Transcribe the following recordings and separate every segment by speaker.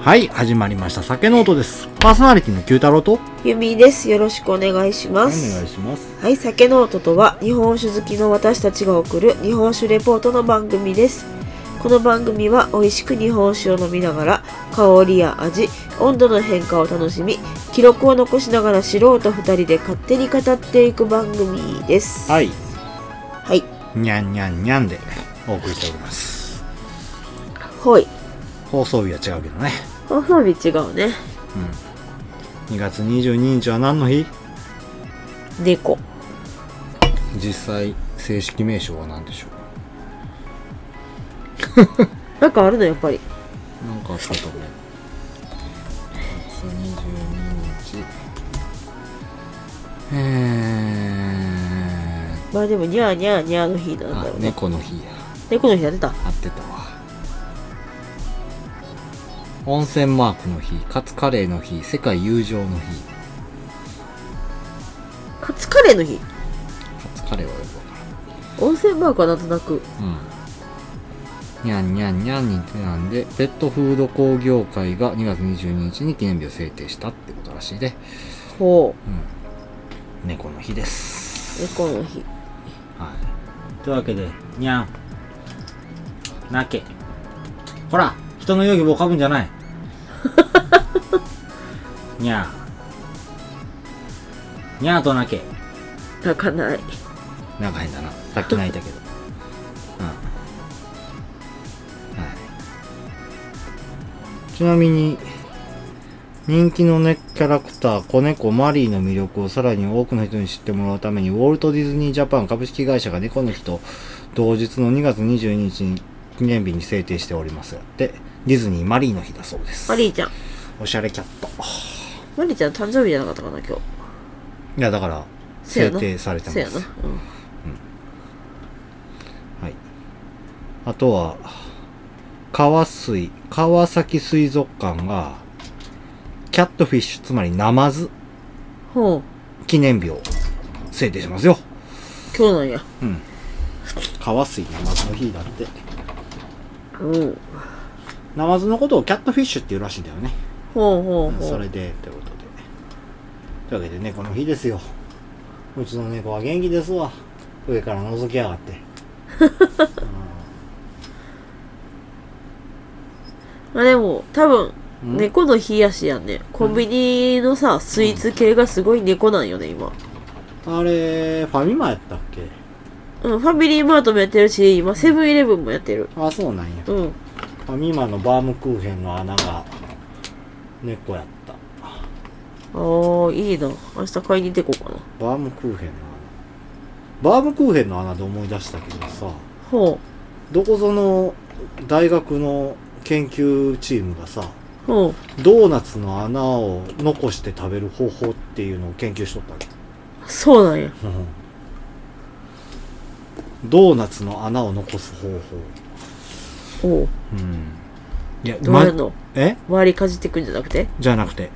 Speaker 1: はい、始まりました。酒ノートです。パーソナリティの九太郎とお
Speaker 2: ゆみです。よろしくお願いします。
Speaker 1: します。
Speaker 2: はい、酒ノートとは日本酒好きの私たちが送る日本酒レポートの番組です。この番組は美味しく日本酒を飲みながら香りや味、温度の変化を楽しみ、記録を残しながら素人2人で勝手に語っていく番組です。
Speaker 1: はい、
Speaker 2: はい、
Speaker 1: にゃんにゃんにゃんでお送りしております。
Speaker 2: ほい。
Speaker 1: 放送日は違うけどね。
Speaker 2: 放送日違うね。
Speaker 1: 2月22日は何の日
Speaker 2: 猫。
Speaker 1: 実際、正式名称は何でしょう
Speaker 2: なんかあるのやっぱり。
Speaker 1: なんかあったと思う。2月22日。え
Speaker 2: まあでもニャーニャーニャーの日なんだろうね。
Speaker 1: 猫の日や。
Speaker 2: 猫の日やってた。
Speaker 1: 合ってたわ温泉マークの日カツカレーの日世界友情の日
Speaker 2: カツカレーの日。
Speaker 1: カツカレーはよくわか
Speaker 2: 温泉マークはなんとなく。
Speaker 1: らんうんにゃんにゃんにゃんにってなんでペットフード工業会が2月22日に記念日を制定したってことらしいで
Speaker 2: ほう。
Speaker 1: 猫の日です
Speaker 2: 猫の日
Speaker 1: はいというわけでにゃん泣けほら人の容疑をかぶんじゃないにゃーにゃーと泣け
Speaker 2: 泣かない
Speaker 1: なんか変だなさっき泣いたけどうんはいちなみに人気のねキャラクター子猫マリーの魅力をさらに多くの人に知ってもらうためにウォルト・ディズニー・ジャパン株式会社が猫の日と同日の2月22日に記念日に制定しておりますやってディズニーマリーの日だそうです
Speaker 2: マリーちゃん
Speaker 1: おしゃれキャット
Speaker 2: マリーちゃん誕生日じゃなかったかな今日
Speaker 1: いやだから
Speaker 2: せや
Speaker 1: 制
Speaker 2: な
Speaker 1: 定されてます
Speaker 2: せやな、うん、
Speaker 1: はい。あとは、川水、川崎水族館が、キャットフィッシュ、つまりナマズ
Speaker 2: ほう
Speaker 1: 記念日を制定しますよ。
Speaker 2: 今日なんや
Speaker 1: うん。川水ナマズの日だって。
Speaker 2: うん
Speaker 1: ナマズのことをキャットフィッシュっていうらしいんだよね。
Speaker 2: ほうほうほう
Speaker 1: それで、ということで。というわけで猫の日ですよ。うちの猫は元気ですわ。上から覗きやがって。
Speaker 2: まあでも多分
Speaker 1: うん
Speaker 2: 猫の日やしやねコンビニのさスイーツ系がすごい猫なんよね今
Speaker 1: あれ、ファミマやったっけ
Speaker 2: うんファミリーマートもやってるし今セブンイレブンもやってる
Speaker 1: あ、そうなんや。
Speaker 2: うん
Speaker 1: ファミマのバームクーヘンの穴が猫やった
Speaker 2: ああいいな明日買いに行ってこうかな
Speaker 1: バームクーヘンの穴バームクーヘンの穴で思い出したけどさ
Speaker 2: ほ
Speaker 1: どこぞの大学の研究チームがさ
Speaker 2: うほう
Speaker 1: ドーナツの穴を残して食べる方法っていうのを研究しとったわけ
Speaker 2: そうなんや
Speaker 1: ドーナツの穴を残す方法
Speaker 2: おう
Speaker 1: うんいや
Speaker 2: どうやんの
Speaker 1: え
Speaker 2: 周りかじってくんじゃなくて
Speaker 1: じゃなくて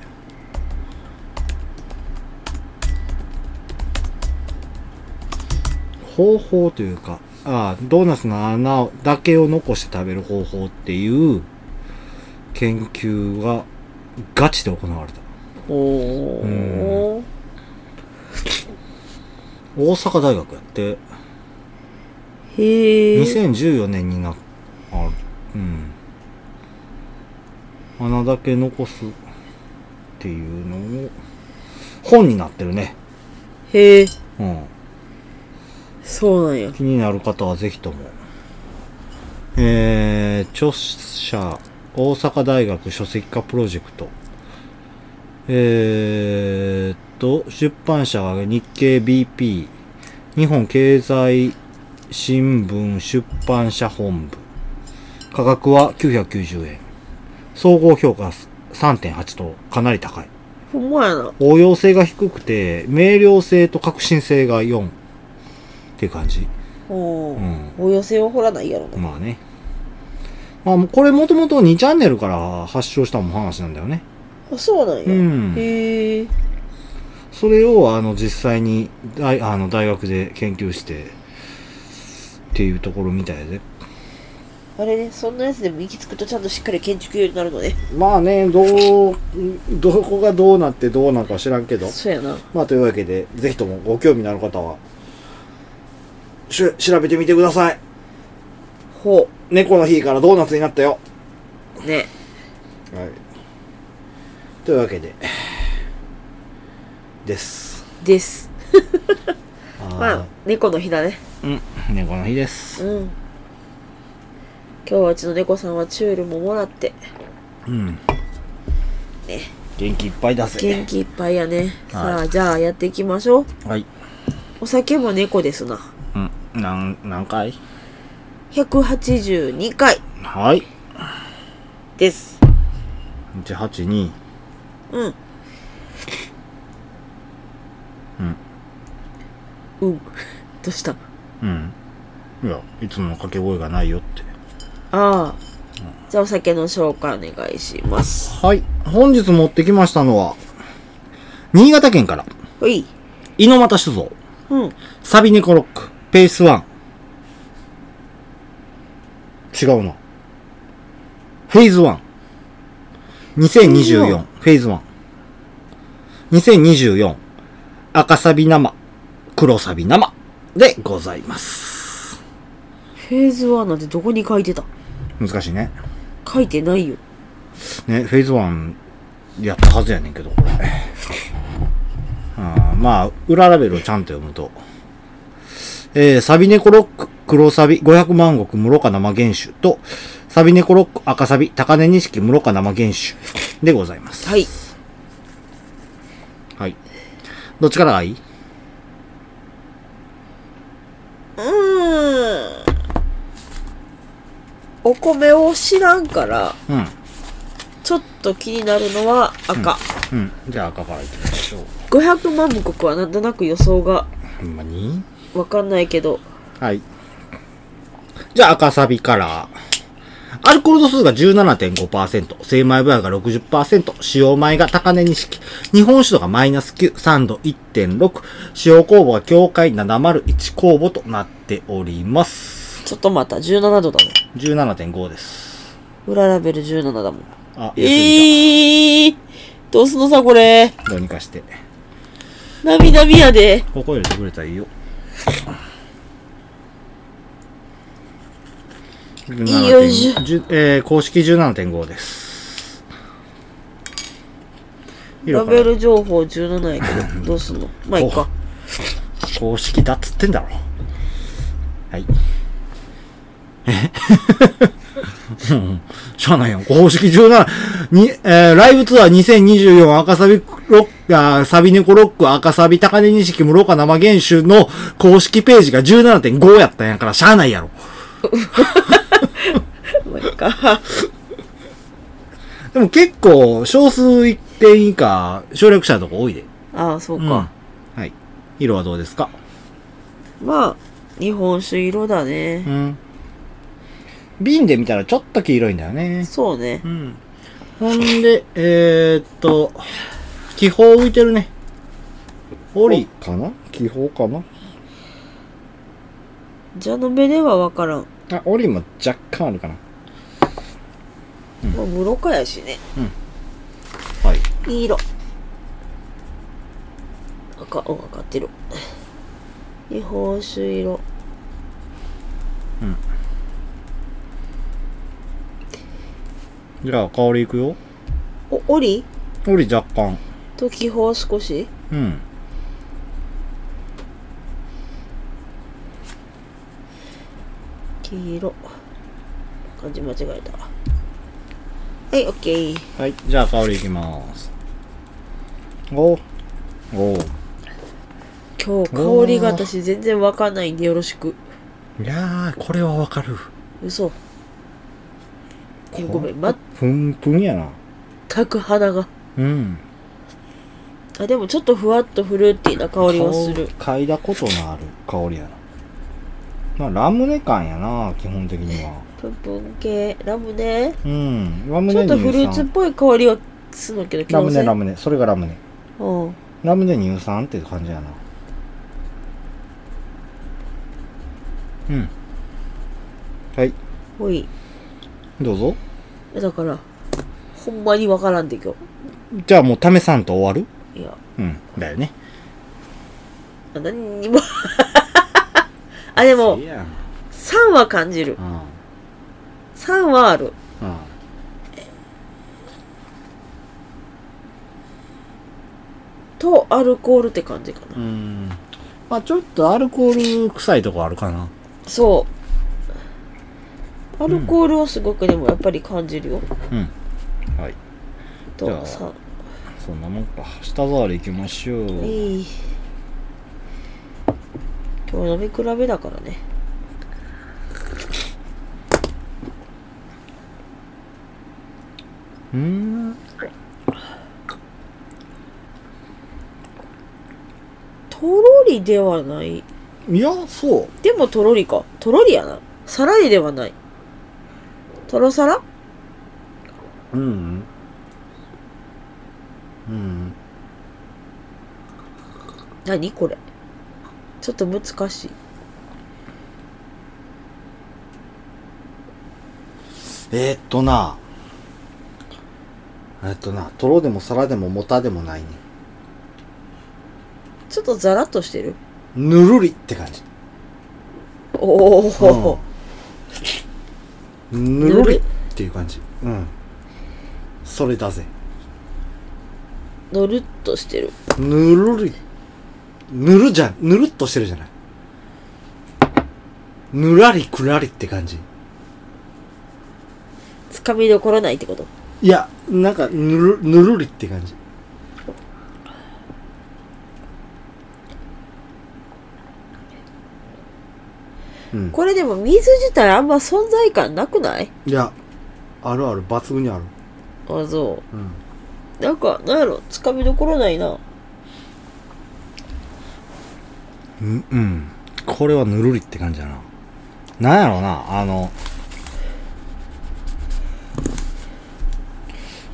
Speaker 1: 方法というかああドーナツの穴をだけを残して食べる方法っていう研究がガチで行われた
Speaker 2: お
Speaker 1: う
Speaker 2: お
Speaker 1: 大阪大学やって
Speaker 2: へえ
Speaker 1: 2014年になあうん穴だけ残すっていうのを本になってるね
Speaker 2: へえ
Speaker 1: うん
Speaker 2: そうなんや
Speaker 1: 気になる方はぜひとも。えー、著者、大阪大学書籍化プロジェクト。えーっと、出版社は日経 BP、日本経済新聞出版社本部。価格は990円。総合評価3.8とかなり高い。
Speaker 2: ほんまやな
Speaker 1: 応用性が低くて、明瞭性と革新性が4。っていう感じ。
Speaker 2: おう
Speaker 1: うん
Speaker 2: お寄せは掘らないやろな
Speaker 1: まあね。まあ、これもともと2チャンネルから発祥したも話なんだよね。
Speaker 2: あそうなんや、
Speaker 1: うん
Speaker 2: へえ
Speaker 1: それを、あの、実際に大、あの、大学で研究して、っていうところみたいで。
Speaker 2: あれねそんなやつでも行き着くとちゃんとしっかり建築ようになるのね
Speaker 1: まあねどうどこがどうなってどうなのか知らんけど
Speaker 2: そうやな
Speaker 1: まあというわけでぜひともご興味のある方はしゅ調べてみてください
Speaker 2: ほ
Speaker 1: 猫の日からドーナツになったよ
Speaker 2: うね
Speaker 1: はいというわけでです
Speaker 2: ですま
Speaker 1: は
Speaker 2: あ猫の日だね
Speaker 1: いうん猫の日で
Speaker 2: う
Speaker 1: す
Speaker 2: ん今日はうちの猫さんはチュールももらって
Speaker 1: うん元気いっぱい出せ
Speaker 2: 元気いっぱいやね、さ
Speaker 1: は
Speaker 2: あじゃあやっていきましょう
Speaker 1: はい
Speaker 2: お酒も猫ですな
Speaker 1: うんなん何回
Speaker 2: 182回
Speaker 1: はい
Speaker 2: です
Speaker 1: 182
Speaker 2: うん
Speaker 1: うん
Speaker 2: うんどうした
Speaker 1: うんいやいつもの掛け声がないよって
Speaker 2: ああじゃあお酒の紹介お願いします
Speaker 1: はい。本日持ってきましたのは、新潟県から、
Speaker 2: ほい
Speaker 1: 猪俣酒造、
Speaker 2: うん
Speaker 1: サビネコロック、ペースワン。違うな。フェイズワン。2024、フェイズワン。2024、赤サビ生、黒サビ生でございます。
Speaker 2: フェーズ1なんてどこに書いてた
Speaker 1: 難しいね。
Speaker 2: 書いてないよ
Speaker 1: ね、フェーズワンやったはずやねんけど、これ。あーまあ、裏ラベルをちゃんと読むと。えー、サビネコロック、黒サビ、500万石、室賀生原酒と、サビネコロック、赤サビ、高根錦、室賀生原酒でございます。
Speaker 2: はい
Speaker 1: はい。どっちからがいいう
Speaker 2: ーんお米を知らんから
Speaker 1: うん。
Speaker 2: ちょっと気になるのは赤、
Speaker 1: うん。じゃあ赤からいきましょう。
Speaker 2: 500万部国はなんとなく予想が
Speaker 1: ほんまに
Speaker 2: わかんないけど
Speaker 1: はい。じゃあ赤サビから。アルコール度数が17.5%、精米部合が60%、使用米が高値に式、日本酒度がマイナス9、酸度1.6、使用酵母が境界701酵母となっております。
Speaker 2: ちょっとまた17度だもん
Speaker 1: 17.5です。
Speaker 2: 裏ラベル17だもん
Speaker 1: あ、安いん
Speaker 2: ええー、どうすんのさこれ
Speaker 1: だ。どうにかして。
Speaker 2: なみなみやで
Speaker 1: ここ入れてくれたらいいよ。
Speaker 2: いいよいしょ
Speaker 1: 10えー、公式17.5です。
Speaker 2: ラベル情報17やけどどうすんのまあいっか
Speaker 1: 公式だっつってんだろ。はい。えうん しゃあないやん。公式17。に、えーライブツアー2024赤サビロック、あーサビネコロック赤サビ高根錦室岡生原酒の公式ページが17.5やったんやからしゃあないやろ。
Speaker 2: まあいっか
Speaker 1: でも結構少数一点以下省略者のとこ多いで。
Speaker 2: ああそう
Speaker 1: うん。は
Speaker 2: か、
Speaker 1: い。色はどうですか
Speaker 2: まあ日本酒色だね
Speaker 1: うん。瓶で見たらちょっと黄色いんだよね。
Speaker 2: そうね
Speaker 1: うん。ほんで、えー、っと、気泡浮いてるね。オリかな気泡かな
Speaker 2: ジャノベではわからん
Speaker 1: あ、オリも若干あるかな。
Speaker 2: まあ室かやしね
Speaker 1: はい。
Speaker 2: いい色赤お赤ってる日本酒色
Speaker 1: じゃあ、香りいくよ。
Speaker 2: おオリ
Speaker 1: オリ若干。
Speaker 2: と気泡少し
Speaker 1: うん。
Speaker 2: 黄色漢字間違えたはいオッケー
Speaker 1: はい。じゃあ、香りいきます。おお
Speaker 2: 今日香りが私全然わかんないんでよろしく
Speaker 1: いやー、これはわかる。
Speaker 2: 嘘いやごめん
Speaker 1: ぷんぷんやな。
Speaker 2: 全く鼻が
Speaker 1: うん。
Speaker 2: あでもちょっとふわっとフルーティーな香りはする
Speaker 1: 香嗅いだことのある香りやな。まあ、ラムネ感やな、基本的には。
Speaker 2: プンプン系ラムネ
Speaker 1: うん。ラム
Speaker 2: ちょ
Speaker 1: ネ
Speaker 2: っ
Speaker 1: 乳
Speaker 2: と
Speaker 1: 酸
Speaker 2: フルーツっぽい香りはするんだけど気
Speaker 1: ラ
Speaker 2: の
Speaker 1: ム
Speaker 2: せ
Speaker 1: ネ
Speaker 2: い
Speaker 1: ラムネ。それがラムネ。
Speaker 2: うん
Speaker 1: ラムネ乳酸っていう感じやな。うん。はい。
Speaker 2: ほい
Speaker 1: どうぞ。
Speaker 2: だからほんまにわからんで今
Speaker 1: じゃあもう試さんと終わる
Speaker 2: 日いや
Speaker 1: うん。だよね。
Speaker 2: 何にも あでも
Speaker 1: いや
Speaker 2: 3は感じる
Speaker 1: うん。うん。
Speaker 2: 3はあるとアルコールって感じかな
Speaker 1: うん。まあちょっとアルコール臭いとこあるかな。
Speaker 2: そうアルコールをすごくでもやっぱり感じるよ、
Speaker 1: うん。はい。
Speaker 2: と
Speaker 1: じゃあ
Speaker 2: さ
Speaker 1: そんなもんか。舌触り行きましょう。
Speaker 2: いい今日飲み比べだからね
Speaker 1: うーん。
Speaker 2: とろりではない
Speaker 1: いや、そう。
Speaker 2: でもとろりかとろりやなさらりではないとろさら
Speaker 1: うん。うん。
Speaker 2: 何これちょっと難しい
Speaker 1: えー、っとな。えーっとな、とろでも皿でももたでもないね。
Speaker 2: ちょっとザラっとしてる
Speaker 1: ぬるりって感じ。
Speaker 2: おお、
Speaker 1: うんぬ
Speaker 2: ぬ
Speaker 1: る
Speaker 2: る
Speaker 1: り
Speaker 2: り
Speaker 1: っていう感じ。うん。それだぜ。
Speaker 2: のるっとしてる
Speaker 1: ぬるり。ぬるじゃん、ぬるっとしてるじゃない。ぬらりくらりって感じ。
Speaker 2: つかみどころないってこと
Speaker 1: いや、なんか、ぬる、ぬるりって感じ。うん。
Speaker 2: これでも水自体あんま存在感なくない
Speaker 1: いや、あるある、抜群にある。
Speaker 2: あそ
Speaker 1: うん。
Speaker 2: うなんかなんやろつかみどころないな
Speaker 1: うん、うん。これはぬるりって感じだな。なんやろうな、あの、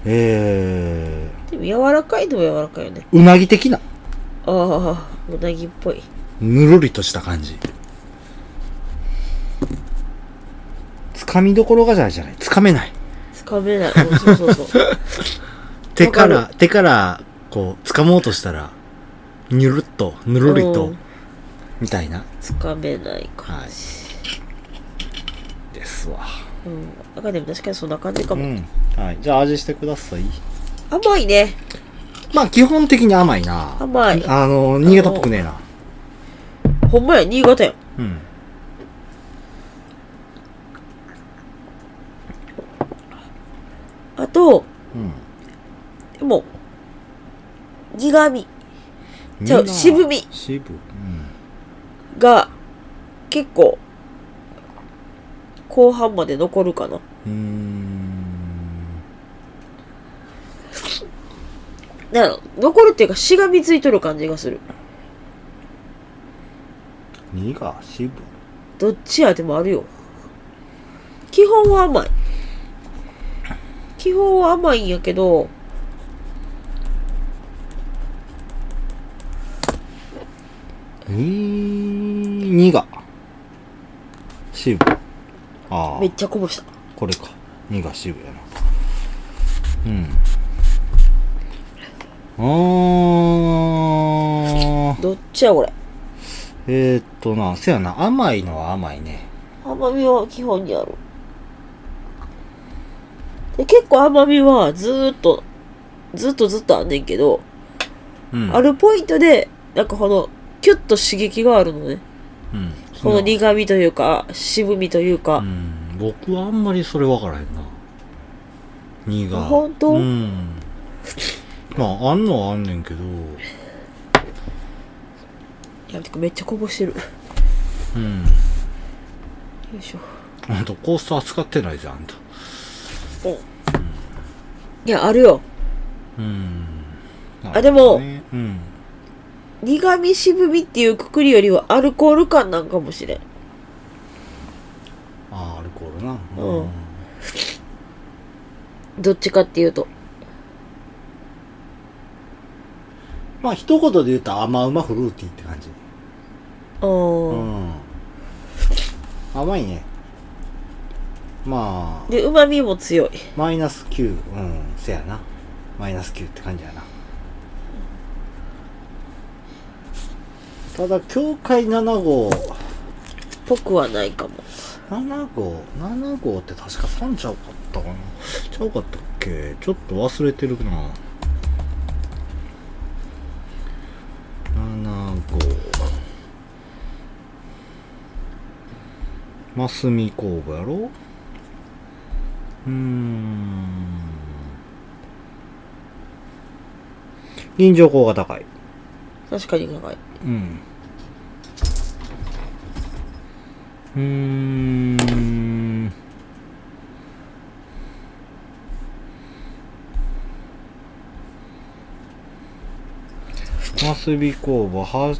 Speaker 1: え
Speaker 2: でも柔らかいのも柔らかいよね
Speaker 1: ー、うなぎ的な、
Speaker 2: ああうなぎっぽい
Speaker 1: ぬるりとした感じ。つかみどころがじゃないじゃない。つかめない。
Speaker 2: つかめないうんそうそうそう
Speaker 1: 手か
Speaker 2: わ
Speaker 1: ら
Speaker 2: か、
Speaker 1: 手から、こう、つかもうとしたら、にゅるっと、ぬるりと、
Speaker 2: うん
Speaker 1: みたいな、
Speaker 2: つかめない感じ、
Speaker 1: ですわ。
Speaker 2: うんなんかでも確かにそんな感じ
Speaker 1: う
Speaker 2: かも、
Speaker 1: ん。はい。じゃあ味してください。
Speaker 2: 甘いね
Speaker 1: まあ基本的に甘いな。
Speaker 2: 甘い
Speaker 1: あの、新潟っぽくねえな。
Speaker 2: ほんまや新潟やん
Speaker 1: うん。
Speaker 2: あと
Speaker 1: うん。
Speaker 2: でも苦味ちゃう渋み
Speaker 1: 渋。
Speaker 2: が結構後半まで残るかな
Speaker 1: うん。うーん。
Speaker 2: なんやろ残るっていうかしがみついとる感じがする
Speaker 1: 苦、渋。
Speaker 2: どっちやでもあるよ基本は甘い基本は甘いんやけど
Speaker 1: うーん。苦。渋。ああ
Speaker 2: め。っちゃこぼした
Speaker 1: これか。苦、渋やな。うん。あー。
Speaker 2: どっちやこれ
Speaker 1: えー、っとな、せやな、甘いのは甘いね。
Speaker 2: 甘みは基本にあるで結構甘みはずーっとずっとずっとあんねんけど、
Speaker 1: うん。
Speaker 2: あるポイントでなんかこのキュッと刺激があるのね
Speaker 1: うん。
Speaker 2: この苦味というか渋みというか、
Speaker 1: うん、僕はあんまりそれ分からへんな。苦。
Speaker 2: あ本当
Speaker 1: うん。まあ、あんのはあんねんけど、
Speaker 2: いやてかめっちゃこぼしてるよ
Speaker 1: うん。
Speaker 2: いしょ
Speaker 1: あと、コースター使ってないじゃん、あんた。
Speaker 2: うんいやあるよ
Speaker 1: うん。
Speaker 2: あで
Speaker 1: なるほど
Speaker 2: も
Speaker 1: ね
Speaker 2: 苦味渋みっていうくくりよりはアルコール感なんかもしれん
Speaker 1: うん。あーアルコールな。
Speaker 2: うんどっちかっていうと
Speaker 1: まあ、一言で言うと甘うまフルーティーって感じ。
Speaker 2: うん
Speaker 1: うん。甘いね。まあ
Speaker 2: でうまみも強い
Speaker 1: マイナス9うんせやなマイナス9って感じやなただ境界7号
Speaker 2: ぽくはないかも
Speaker 1: 7号7号って確か3ちゃうかったかなちゃうかったっけちょっと忘れてるな7号マスミ工房やろうーん臨場効が高い
Speaker 2: 確かに長い
Speaker 1: うん。うーん。マスビ工房、は、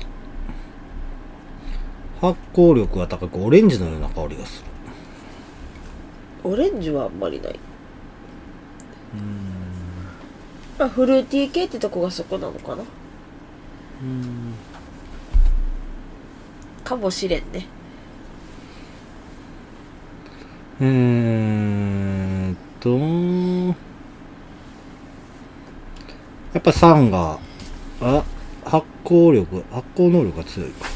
Speaker 1: 発酵力が高く、オレンジのような香りがする。
Speaker 2: オレンジはあんまりないまあフルーティー系ってとこがそこなのかなかもしれんね
Speaker 1: えーっと、やっぱ酸が、あ、発酵力、発酵能力が強いか。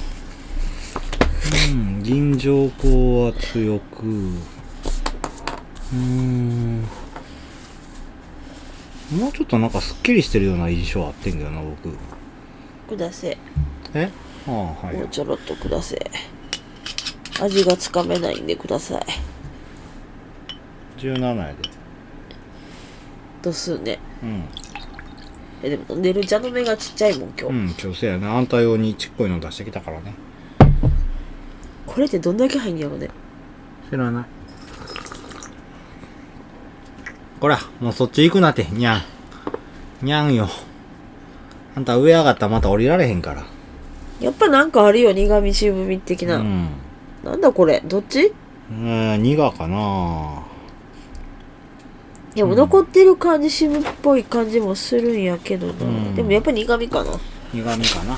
Speaker 1: うん、銀条光は強く、うーん、もうちょっとなんかすっきりしてるような印象あってんけどな、僕。
Speaker 2: くだせ
Speaker 1: えああ、はい
Speaker 2: もう。ちょろっとくだせ味がつかめないんでください
Speaker 1: 17やで。
Speaker 2: 度数ね
Speaker 1: うん。
Speaker 2: えでも飲んでる茶の目がちっちゃいもん今日、
Speaker 1: うん、今日せやな。あんた用にちっこいの出してきたからね。
Speaker 2: これってどんだけ入んやろね
Speaker 1: 知らない。こら、もうそっち行くなって、にゃん。にゃんよ。あんた上上がったらまた降りられへんから。
Speaker 2: やっぱなんかあるよ苦味渋み的な、
Speaker 1: うん。
Speaker 2: なんだこれどっち
Speaker 1: うん、苦かな
Speaker 2: でも残ってる感じ渋っぽい感じもするんやけどな、
Speaker 1: うん
Speaker 2: でもやっぱ苦味かな
Speaker 1: 苦味かな。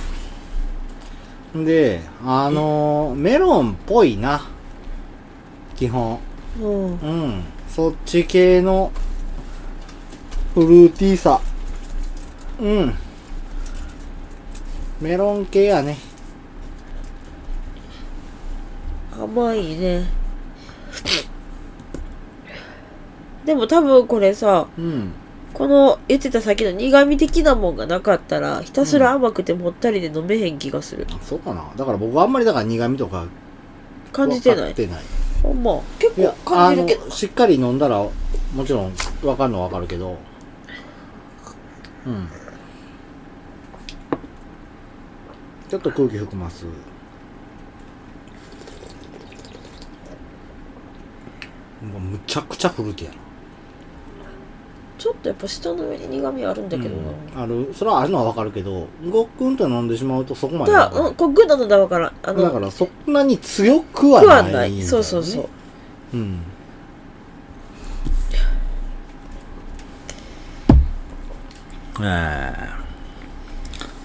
Speaker 1: で、あのーメロンっぽいな。基本。
Speaker 2: うん
Speaker 1: うん。そっち系のフルーティーさ。うん。メロン系やね。
Speaker 2: 甘いねでも多分これさ
Speaker 1: うん。
Speaker 2: この言ってた先の苦味的なもんがなかったらひたすら甘くてもったりで飲めへん気がする、
Speaker 1: そうかな。だから僕はあんまりだから苦味とか
Speaker 2: 感じて
Speaker 1: 分
Speaker 2: な
Speaker 1: かっ
Speaker 2: い
Speaker 1: てない。
Speaker 2: ほんま結
Speaker 1: いや
Speaker 2: 構、感じるけど
Speaker 1: あのしっかり飲んだら、もちろん分かるのは分かるけど。うん。ちょっと空気含ます。もうむちゃくちゃフルーティーや
Speaker 2: ちょっとやっぱ舌の上に苦味あるんだ
Speaker 1: な。
Speaker 2: けどな、
Speaker 1: うん、ある、それはあるのは分かるけど、ごっくんと飲んでしまうとそこまで
Speaker 2: た
Speaker 1: 分か
Speaker 2: だ
Speaker 1: ん
Speaker 2: う
Speaker 1: なんい。
Speaker 2: こうグッと飲んだらわからんあの
Speaker 1: だからそんなに強くは
Speaker 2: 食わ
Speaker 1: ない
Speaker 2: ない
Speaker 1: みたいね
Speaker 2: そうそうそう。
Speaker 1: うん。ええ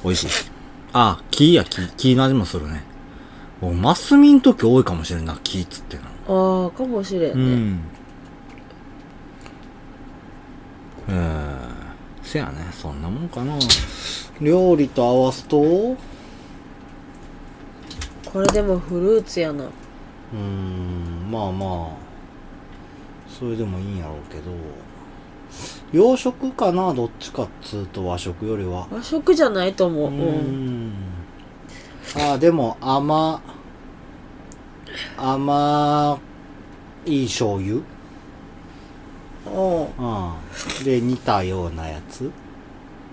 Speaker 1: 美味しい。あ、木や木、木の味もするね。僕、マスミの時多いかもしれんな、木っつっての。
Speaker 2: ああかもしれ
Speaker 1: うん
Speaker 2: ね、
Speaker 1: ん。ええせやね、そんなもんかな。料理と合わすと、う
Speaker 2: これでもフルーツやな
Speaker 1: ーん、まあまあ、それでもいいんやろうけど、洋食かな、どっちかっつうと和食よりは。
Speaker 2: 和食じゃないと思う、
Speaker 1: う
Speaker 2: うん
Speaker 1: んあーでも甘甘い醤油
Speaker 2: うん、
Speaker 1: うんで煮たようなやつ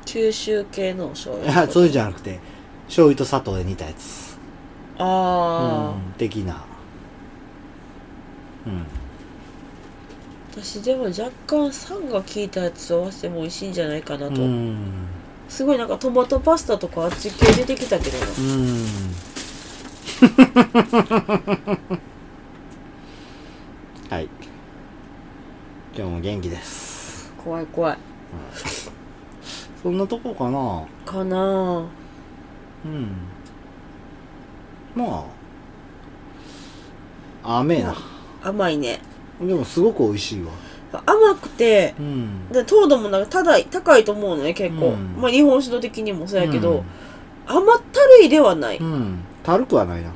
Speaker 2: 九州系のお醤
Speaker 1: い
Speaker 2: 油
Speaker 1: やそうじゃなくて醤油と砂糖で煮たやつ
Speaker 2: ああ、
Speaker 1: うん的なうん
Speaker 2: 私でも若干酸が効いたやつを合わせても美味しいんじゃないかなと、
Speaker 1: うん
Speaker 2: すごいなんかトマトパスタとかあっち系出てきたけどな
Speaker 1: うん はい今日も元気です
Speaker 2: 怖い怖い
Speaker 1: そんなとこかな
Speaker 2: かな
Speaker 1: うん。まあ、甘えな。
Speaker 2: あ甘いね
Speaker 1: でもすごく美味しいわ
Speaker 2: 甘くて
Speaker 1: うん
Speaker 2: で糖度もなんかただ高いと思うのね結構、
Speaker 1: うん
Speaker 2: まあ日本酒の的にもそうやけど、甘ったるいではない、
Speaker 1: うん、うん、たるくはないな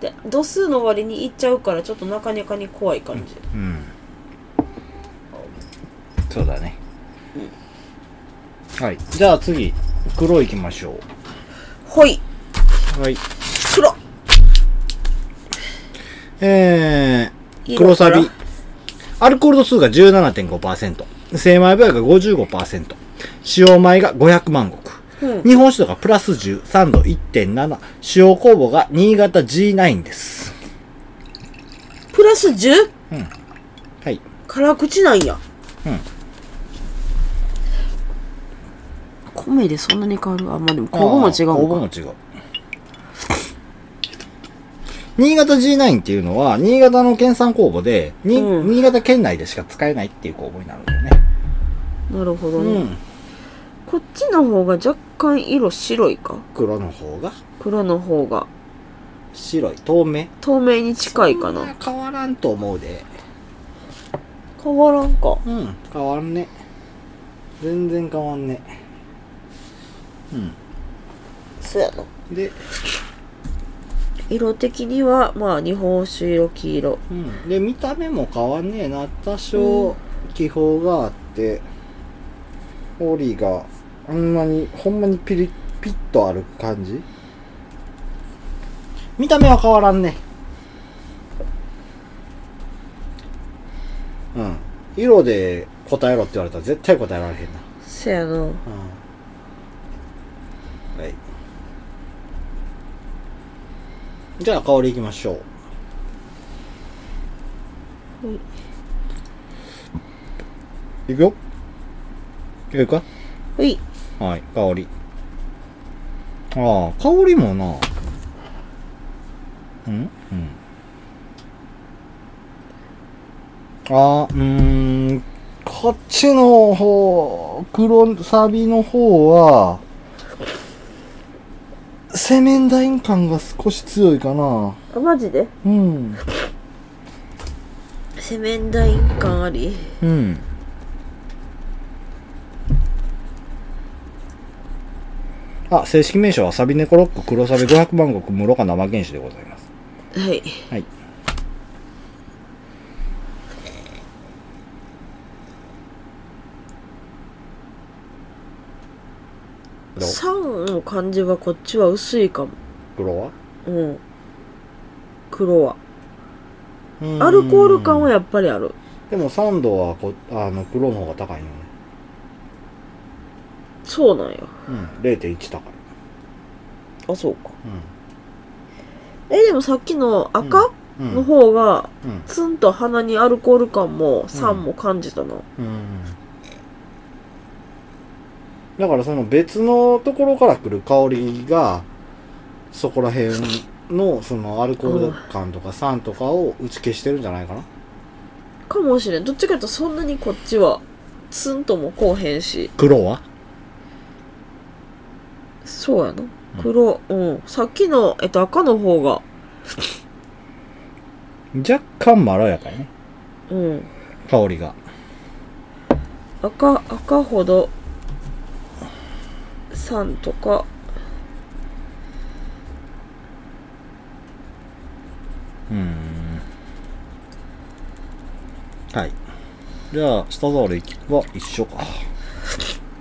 Speaker 2: で度数の割にいっちゃうからちょっとなかなかに怖い感じ、
Speaker 1: うんそうだね、はいじゃあ次黒いきましょ
Speaker 2: ほいう
Speaker 1: はい
Speaker 2: 黒
Speaker 1: えー、
Speaker 2: 色
Speaker 1: 黒サビ。アルコール度数が17.5%、精米部合が55%、使用米が500万石、
Speaker 2: うん
Speaker 1: 日本酒度がプラス10、酸度1.7、使用酵母が新潟 G9 です。
Speaker 2: プラス 10?
Speaker 1: はい。
Speaker 2: 辛口なんや
Speaker 1: うん
Speaker 2: 米でそんなに変わるあんまあでも
Speaker 1: あー酵母も違う。新潟 G9 っていうのは、新潟の県産酵母で、に
Speaker 2: うん
Speaker 1: 新潟県内でしか使えないっていう酵母になるんだよね。
Speaker 2: なるほど
Speaker 1: う
Speaker 2: ね、
Speaker 1: ん。
Speaker 2: こっちの方が若干色白いか
Speaker 1: 黒の方が
Speaker 2: 黒の方が
Speaker 1: 白い、透明。
Speaker 2: 透明に近いか
Speaker 1: そん
Speaker 2: な
Speaker 1: 変わらんと思うで。
Speaker 2: 変わらんか
Speaker 1: うん、変わんね。全然変わんね。う。
Speaker 2: そうやなん
Speaker 1: で、
Speaker 2: 色的にはまあ日本酒色黄色
Speaker 1: うん。で、見た目も変わんねえな。多少、気泡があって、オリが、あんまに、ほんまにピリピッとある感じ見た目は変わらんね。うん。色で答えろって言われたら絶対答えられへんな。
Speaker 2: そうやな
Speaker 1: うんはい。じゃあ、香りいきましょ
Speaker 2: は
Speaker 1: う。いくよ。いくか
Speaker 2: ほい
Speaker 1: はい、香り。ああ、香りもな。うんうん。あーうーん。こっちの方、黒サビの方は、セメンダイン感が少し強いかな。
Speaker 2: あマジで
Speaker 1: うん。
Speaker 2: セメンダイン感あり
Speaker 1: うん。あ、正式名称はサビネコロック黒サビ500万石室賀生原酒でございます。
Speaker 2: はい
Speaker 1: はい。どう
Speaker 2: 酸の感じはこっちは薄いかも
Speaker 1: 黒は
Speaker 2: うん黒はアルコール感はやっぱりある
Speaker 1: でもサンドはこあの黒の方が高いよね。
Speaker 2: そうなんや
Speaker 1: うん。0.1高い。
Speaker 2: あそうか
Speaker 1: う
Speaker 2: えでもさっきの赤、
Speaker 1: ん。うん
Speaker 2: の方が
Speaker 1: うん。
Speaker 2: ツンと鼻にアルコール感も酸も感じたな、
Speaker 1: うん。だからその別のところから来る香りが、そこら辺のそのアルコール感とか酸とかを打ち消してるんじゃないかな。
Speaker 2: かもしれんどっちかというとそんなにこっちはツンともこうへんし
Speaker 1: 黒は
Speaker 2: そうやな黒うん、さっきの、えっと、赤の方が
Speaker 1: 若干まろやかやね。
Speaker 2: うん
Speaker 1: 香りが。
Speaker 2: 赤赤ほど酸とか
Speaker 1: うん。はい。じゃあ、舌触りは一緒か。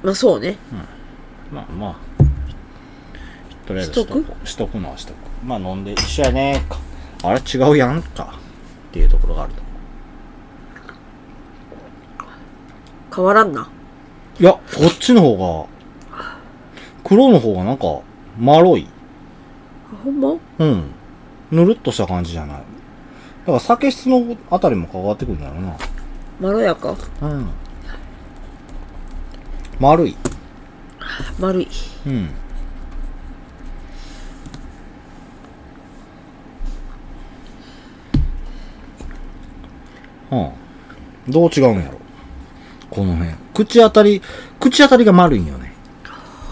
Speaker 2: まあそうね
Speaker 1: まあまあ。とりあえず
Speaker 2: しとく
Speaker 1: くしとくのはしとく。まあ飲んで一緒やねーか。あれ違うやんか。っていうところがあると思う。
Speaker 2: 変わらんない
Speaker 1: や、こっちの方が、黒の方がなんか、まろい。
Speaker 2: あほんま
Speaker 1: うん。ぬるっとした感じじゃない。だから酒質のあたりも変わってくるんだろう
Speaker 2: まろやか
Speaker 1: な。うん。丸い。
Speaker 2: 丸い
Speaker 1: うん。はあ、どう違うんやろこの辺。口当たり、口当たりが丸いんよね。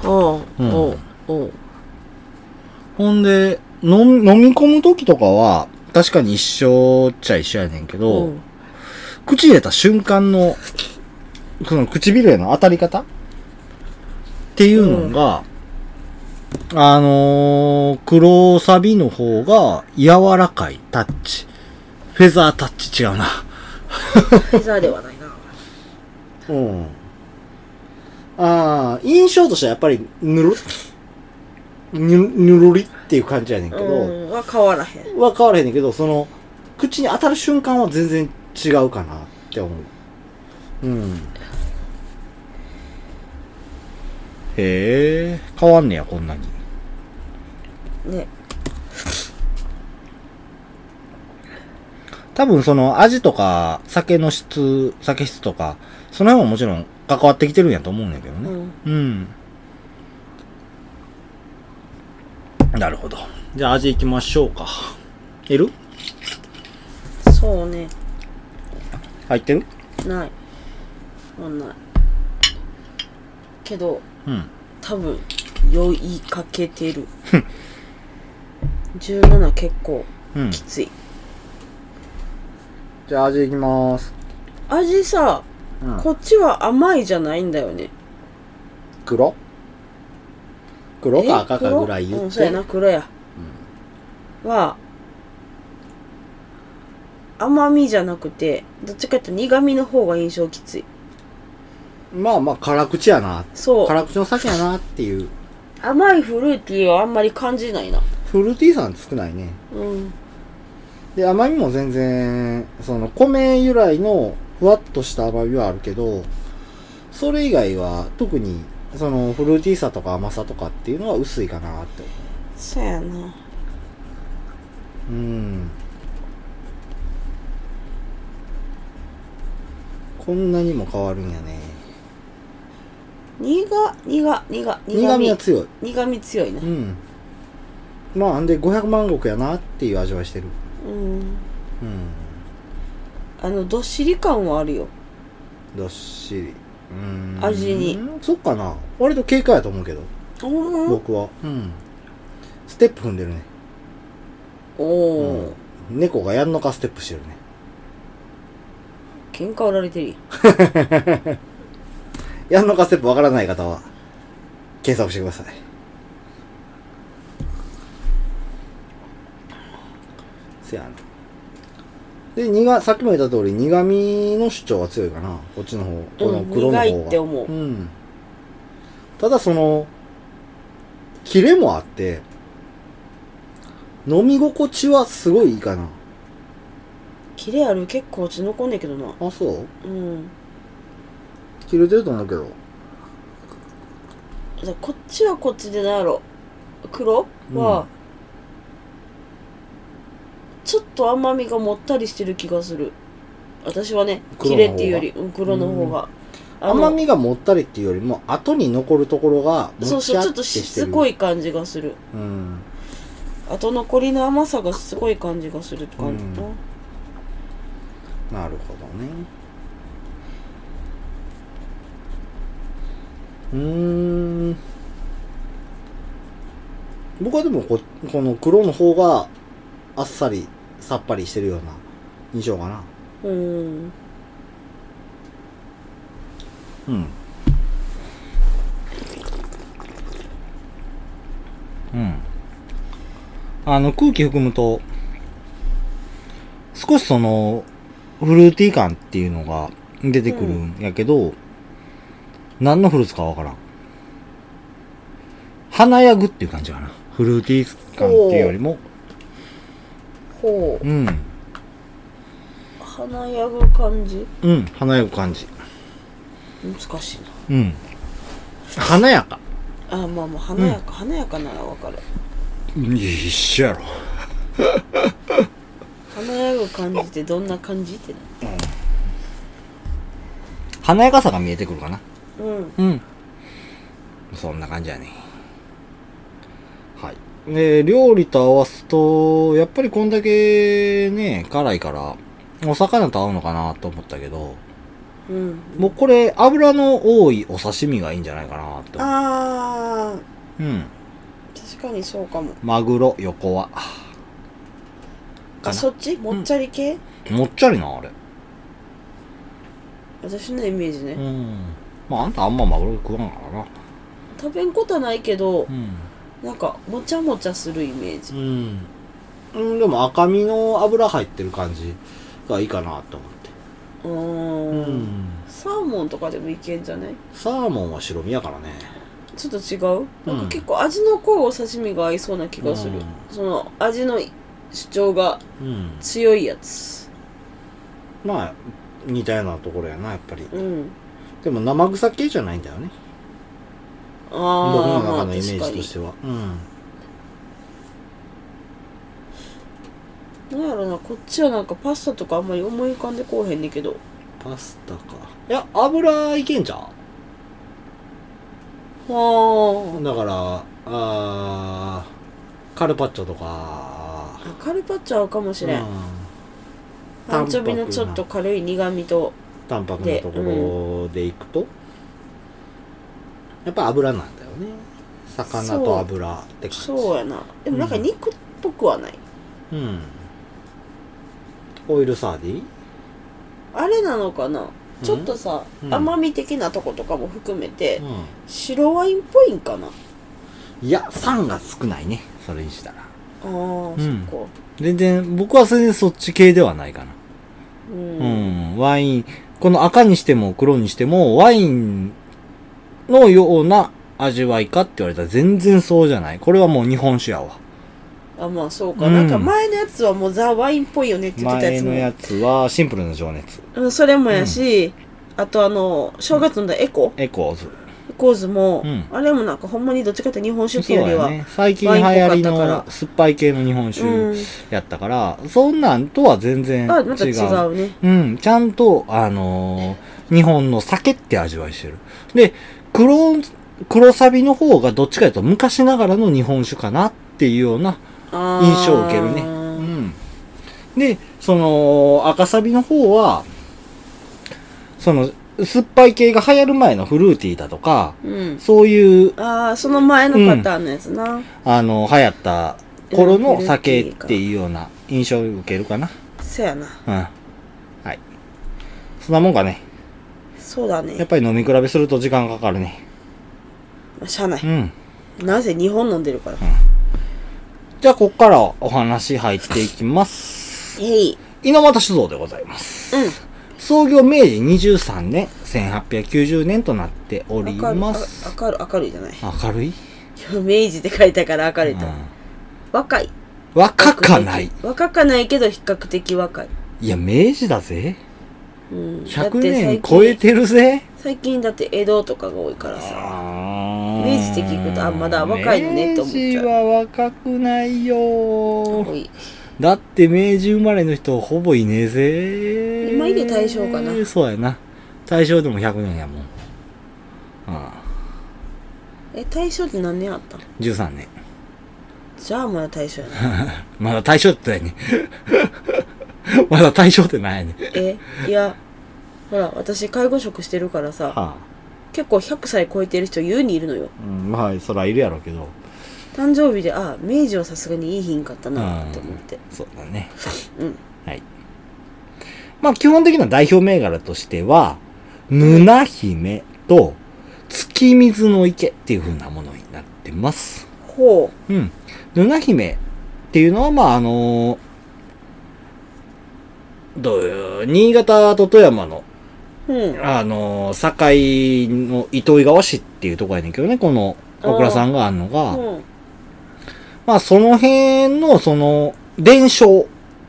Speaker 2: おう
Speaker 1: うん
Speaker 2: おうおう
Speaker 1: ほんで、飲み飲み込む時とかは、確かに一緒っちゃ一緒やねんけど、
Speaker 2: うん
Speaker 1: 口入れた瞬間の、その唇への当たり方っていうのが、あのー、黒サビの方が柔らかいタッチ。フェザータッチ違うな。
Speaker 2: フェザーではないな。
Speaker 1: うん。ああ、印象としてはやっぱり、ぬる、ぬ、ぬるりっていう感じやねんけど、
Speaker 2: うん、は変わらへん。
Speaker 1: は変わらへんねんけど、その、口に当たる瞬間は全然違うかなって思う。うん。へえ、変わんねや、こんなに。
Speaker 2: ね。
Speaker 1: 多分その味とか、酒の質、酒質とか、その辺ももちろん関わってきてるんやと思うんやけど
Speaker 2: う
Speaker 1: ね。
Speaker 2: ん。
Speaker 1: うん。なるほど。じゃあ味いきましょうか。いる
Speaker 2: そうね。
Speaker 1: 入ってる
Speaker 2: ない。もうない。けど、
Speaker 1: うん。
Speaker 2: 多分、酔いかけてる。17結構
Speaker 1: うん。
Speaker 2: きつい。
Speaker 1: じゃあ味いきまーす。
Speaker 2: 味さ、
Speaker 1: うん
Speaker 2: こっちは甘いじゃないんだよね。
Speaker 1: 黒黒か赤かぐらい
Speaker 2: え黒
Speaker 1: 言
Speaker 2: うん、
Speaker 1: っ
Speaker 2: そうや
Speaker 1: て。
Speaker 2: な、黒や。は、甘みじゃなくて、どっちかっていうと苦味の方が印象きつい。
Speaker 1: まあまあ、辛口やな。
Speaker 2: そう。
Speaker 1: 辛口の酒やなっていう。
Speaker 2: 甘いフルーティーはあんまり感じないな。
Speaker 1: フルーティーさん少ないね。
Speaker 2: うん。
Speaker 1: で、甘みも全然、その、米由来のふわっとした甘みはあるけど、それ以外は特に、その、フルーティーさとか甘さとかっていうのは薄いかなって思
Speaker 2: そうやな。
Speaker 1: う。うん。こんなにも変わるんやね。
Speaker 2: 苦、苦、苦、
Speaker 1: 苦味は強い。
Speaker 2: 苦味強いな
Speaker 1: う。ん。まあ、んで500万石やなっていう味はしてる。
Speaker 2: うん。
Speaker 1: うん。
Speaker 2: あの、どっしり感はあるよ。
Speaker 1: どっしり。うん。
Speaker 2: 味に
Speaker 1: うん。そっかな。割と軽快やと思うけど、
Speaker 2: うん。
Speaker 1: 僕は。うん。ステップ踏んでるね。
Speaker 2: お
Speaker 1: う
Speaker 2: お
Speaker 1: ん。猫がやんのかステップしてるね。
Speaker 2: 喧嘩売られてるよ。
Speaker 1: やんのかステップわからない方は、検索してください。せやな。で、苦、さっきも言った通り、苦味の主張は強いかな。こっちの方、この黒の方が。
Speaker 2: 苦いって思う
Speaker 1: う。ん。ただその、キレもあって、飲み心地はすごいいいかな。
Speaker 2: キレある結構血残んねんけどな。
Speaker 1: あ、そう
Speaker 2: うん。
Speaker 1: 切れてると思うけど。
Speaker 2: じゃあこっちはこっちでなんやろ。黒は、
Speaker 1: うん
Speaker 2: ちょっと甘みがもったりしてる気がする。私はね、
Speaker 1: 黒の方が
Speaker 2: キレっていうより、うん黒の方が。あの
Speaker 1: 甘みがもったりっていうよりも、後に残るところが、も
Speaker 2: そう
Speaker 1: ち
Speaker 2: そう、
Speaker 1: ゃ
Speaker 2: ちょ
Speaker 1: っ
Speaker 2: ってと
Speaker 1: して
Speaker 2: し
Speaker 1: る。
Speaker 2: つこい感じがする。
Speaker 1: うん。
Speaker 2: 後残りの甘さがすごい感じがするって感じかな、
Speaker 1: うんなるほどね。うーん。僕はでもこ、この黒の方が、あっさり、さっぱりしてるような印象かな。
Speaker 2: うん
Speaker 1: うん。うん。あの、空気含むと、少しその、フルーティー感っていうのが出てくるんやけど、何のフルーツかわからん。華やぐっていう感じかな。フルーティー感っていうよりも、
Speaker 2: ほ
Speaker 1: うん。
Speaker 2: う華やぐ感じ
Speaker 1: うん、華やぐ感じ。
Speaker 2: 難しい
Speaker 1: うん。華やか。
Speaker 2: なあまあまあ華やか、華やかならわかる
Speaker 1: 一緒やろ。
Speaker 2: 華やぐ感じってどんな感じってな
Speaker 1: 華やかさが見えてくるかな。
Speaker 2: うん
Speaker 1: うん。そんな感じやね。はい。で、料理と合わすと、やっぱりこんだけね、辛いから、お魚と合うのかなと思ったけど、
Speaker 2: うん
Speaker 1: もうこれ、油の多いお刺身がいいんじゃないかなって思う。
Speaker 2: あ
Speaker 1: う
Speaker 2: ー
Speaker 1: ん。
Speaker 2: 確かにそうかも
Speaker 1: マグロ、横は。
Speaker 2: あ
Speaker 1: か
Speaker 2: あ
Speaker 1: な
Speaker 2: そっちもっちゃり系、
Speaker 1: もっちゃりなあれ
Speaker 2: 私のイメージね、
Speaker 1: うんまああんたあんまマグロ食わんからな
Speaker 2: 食べんことはないけど
Speaker 1: うん
Speaker 2: なんかもちゃもちゃするイメージ
Speaker 1: うん、うん、でも赤身の油入ってる感じがいいかなと思って
Speaker 2: うー、
Speaker 1: うん
Speaker 2: サーモンとかでもいけんじゃない
Speaker 1: サーモンは白身やからね
Speaker 2: ちょっと違う、なん
Speaker 1: う
Speaker 2: か
Speaker 1: ん
Speaker 2: 結構味の濃いお刺身が合いそうな気がする、
Speaker 1: うん
Speaker 2: その味の主張が
Speaker 1: うん
Speaker 2: 強いやつ
Speaker 1: まあ似たようなところやなやっぱり
Speaker 2: うん
Speaker 1: でも生臭系じゃないんだよね
Speaker 2: ああ
Speaker 1: 僕の
Speaker 2: ま
Speaker 1: 中
Speaker 2: あ
Speaker 1: のイメ
Speaker 2: 確
Speaker 1: ー
Speaker 2: か
Speaker 1: ジとしては、うん
Speaker 2: になんやろなこっちはなんかパスタとかあんまり思い浮かんでこうへんねんけど
Speaker 1: パスタかいや油いけんじゃん
Speaker 2: は
Speaker 1: だから、あーカルパッチョとか、
Speaker 2: あカルパッチョ合うかもしれん、
Speaker 1: うん
Speaker 2: アンチョビのちょっと軽い苦味と
Speaker 1: 淡白なところでいくと、やっぱ油なんだよね。魚と油って感じ。
Speaker 2: そうやなでもなんか肉っぽくはない、
Speaker 1: うん。オイルサーディン
Speaker 2: あれなのかな、ちょっとさ、
Speaker 1: うん
Speaker 2: 甘み的なとことかも含めて、
Speaker 1: う
Speaker 2: 白ワインっぽいんかなあ
Speaker 1: ん。いや、酸が少ないね。それにしたら。
Speaker 2: あー、
Speaker 1: ん
Speaker 2: そっか
Speaker 1: 全然、僕は全然そっち系ではないかな。
Speaker 2: う、
Speaker 1: うんん。ワイン、この赤にしても黒にしても、ワインのような味わいかって言われたら全然そうじゃない。これはもう日本酒やわ。
Speaker 2: あまあそうか、
Speaker 1: うん
Speaker 2: なんか前のやつはもうザ・ワインっぽいよねって言ってたや
Speaker 1: 前
Speaker 2: つ
Speaker 1: の
Speaker 2: も
Speaker 1: やつはシンプルな情熱。
Speaker 2: うん、それもやし、あとあの正月のエコ、
Speaker 1: エコーズ。
Speaker 2: エコーズも、
Speaker 1: うん
Speaker 2: あれもなんかほんまにどっちかっていうと日本酒って
Speaker 1: そう
Speaker 2: いうより
Speaker 1: や
Speaker 2: は、
Speaker 1: ね。最近流行り
Speaker 2: ワインっぽかったか
Speaker 1: の
Speaker 2: ら
Speaker 1: 酸っぱい系の日本
Speaker 2: うん
Speaker 1: 酒やったから、そんなんとは全然違う。
Speaker 2: あまた違うね
Speaker 1: うん、ちゃんと、あのー日本の酒って味わいしてる。で、黒、黒サビの方がどっちかというと昔ながらの日本酒かなっていうような
Speaker 2: あー
Speaker 1: 印象を受けるね。うん。で、その、赤サビの方は、その、酸っぱい系が流行る前のフルーティーだとか、
Speaker 2: うん
Speaker 1: そういう、
Speaker 2: ああその前のパターンのやつな、
Speaker 1: あの、流行った頃の酒っていうような印象を受けるかな。
Speaker 2: そやな
Speaker 1: うん。はい。そんなもんかね。
Speaker 2: そうだね
Speaker 1: やっぱり飲み比べすると時間かかるね。、
Speaker 2: まあしゃあないう
Speaker 1: ん。
Speaker 2: なぜ日本飲んでるから、
Speaker 1: じゃあ、こっからお話入っていきます。
Speaker 2: えい
Speaker 1: 猪俣酒造でございます。創業明治23年、1890年となってお
Speaker 2: うん
Speaker 1: り
Speaker 2: 明る
Speaker 1: ます。
Speaker 2: 明る明るいじゃ ない
Speaker 1: 明るい
Speaker 2: 明治って書いたから明るいと、
Speaker 1: うん
Speaker 2: 若い
Speaker 1: 若かない。
Speaker 2: 若かないけど比較的若い、
Speaker 1: いや、明治だぜ。
Speaker 2: うん、だって
Speaker 1: 100年
Speaker 2: 最近
Speaker 1: 超えてるぜ。
Speaker 2: 最近だって江戸とかが多いからさ
Speaker 1: 明
Speaker 2: 明治って聞くとあまだ若いのねって思っちゃ
Speaker 1: 明
Speaker 2: う
Speaker 1: 治は若くないよ
Speaker 2: 多い
Speaker 1: だって明治生まれの人ほぼいねえぜ
Speaker 2: 今いで大正かな
Speaker 1: そうやな大正でも100年やもんうん
Speaker 2: え大正って何年あったの
Speaker 1: 13年
Speaker 2: じゃあまだ大正やな
Speaker 1: まだ大正ってないね まだ大正ってないね
Speaker 2: えいやほら私介護職してるからさ
Speaker 1: はあ、
Speaker 2: 結構100歳超えてる人優にいるのよ
Speaker 1: うん、まあそらいるやろうけど
Speaker 2: 誕生日であ明治はさすがにいい品買ったなって思って
Speaker 1: そうだね
Speaker 2: うん
Speaker 1: はいまあ基本的な代表銘柄としては沼姫と月水の池っていう風なものになってます
Speaker 2: ほ
Speaker 1: うん。ルナ姫っていうのは、まあ、あのどういう、新潟と富山の、
Speaker 2: ううん
Speaker 1: あの境の糸魚川市っていうとこやねんけどね、この、小倉さんがあるのが、
Speaker 2: うん
Speaker 1: まあ、その辺の、その、伝承、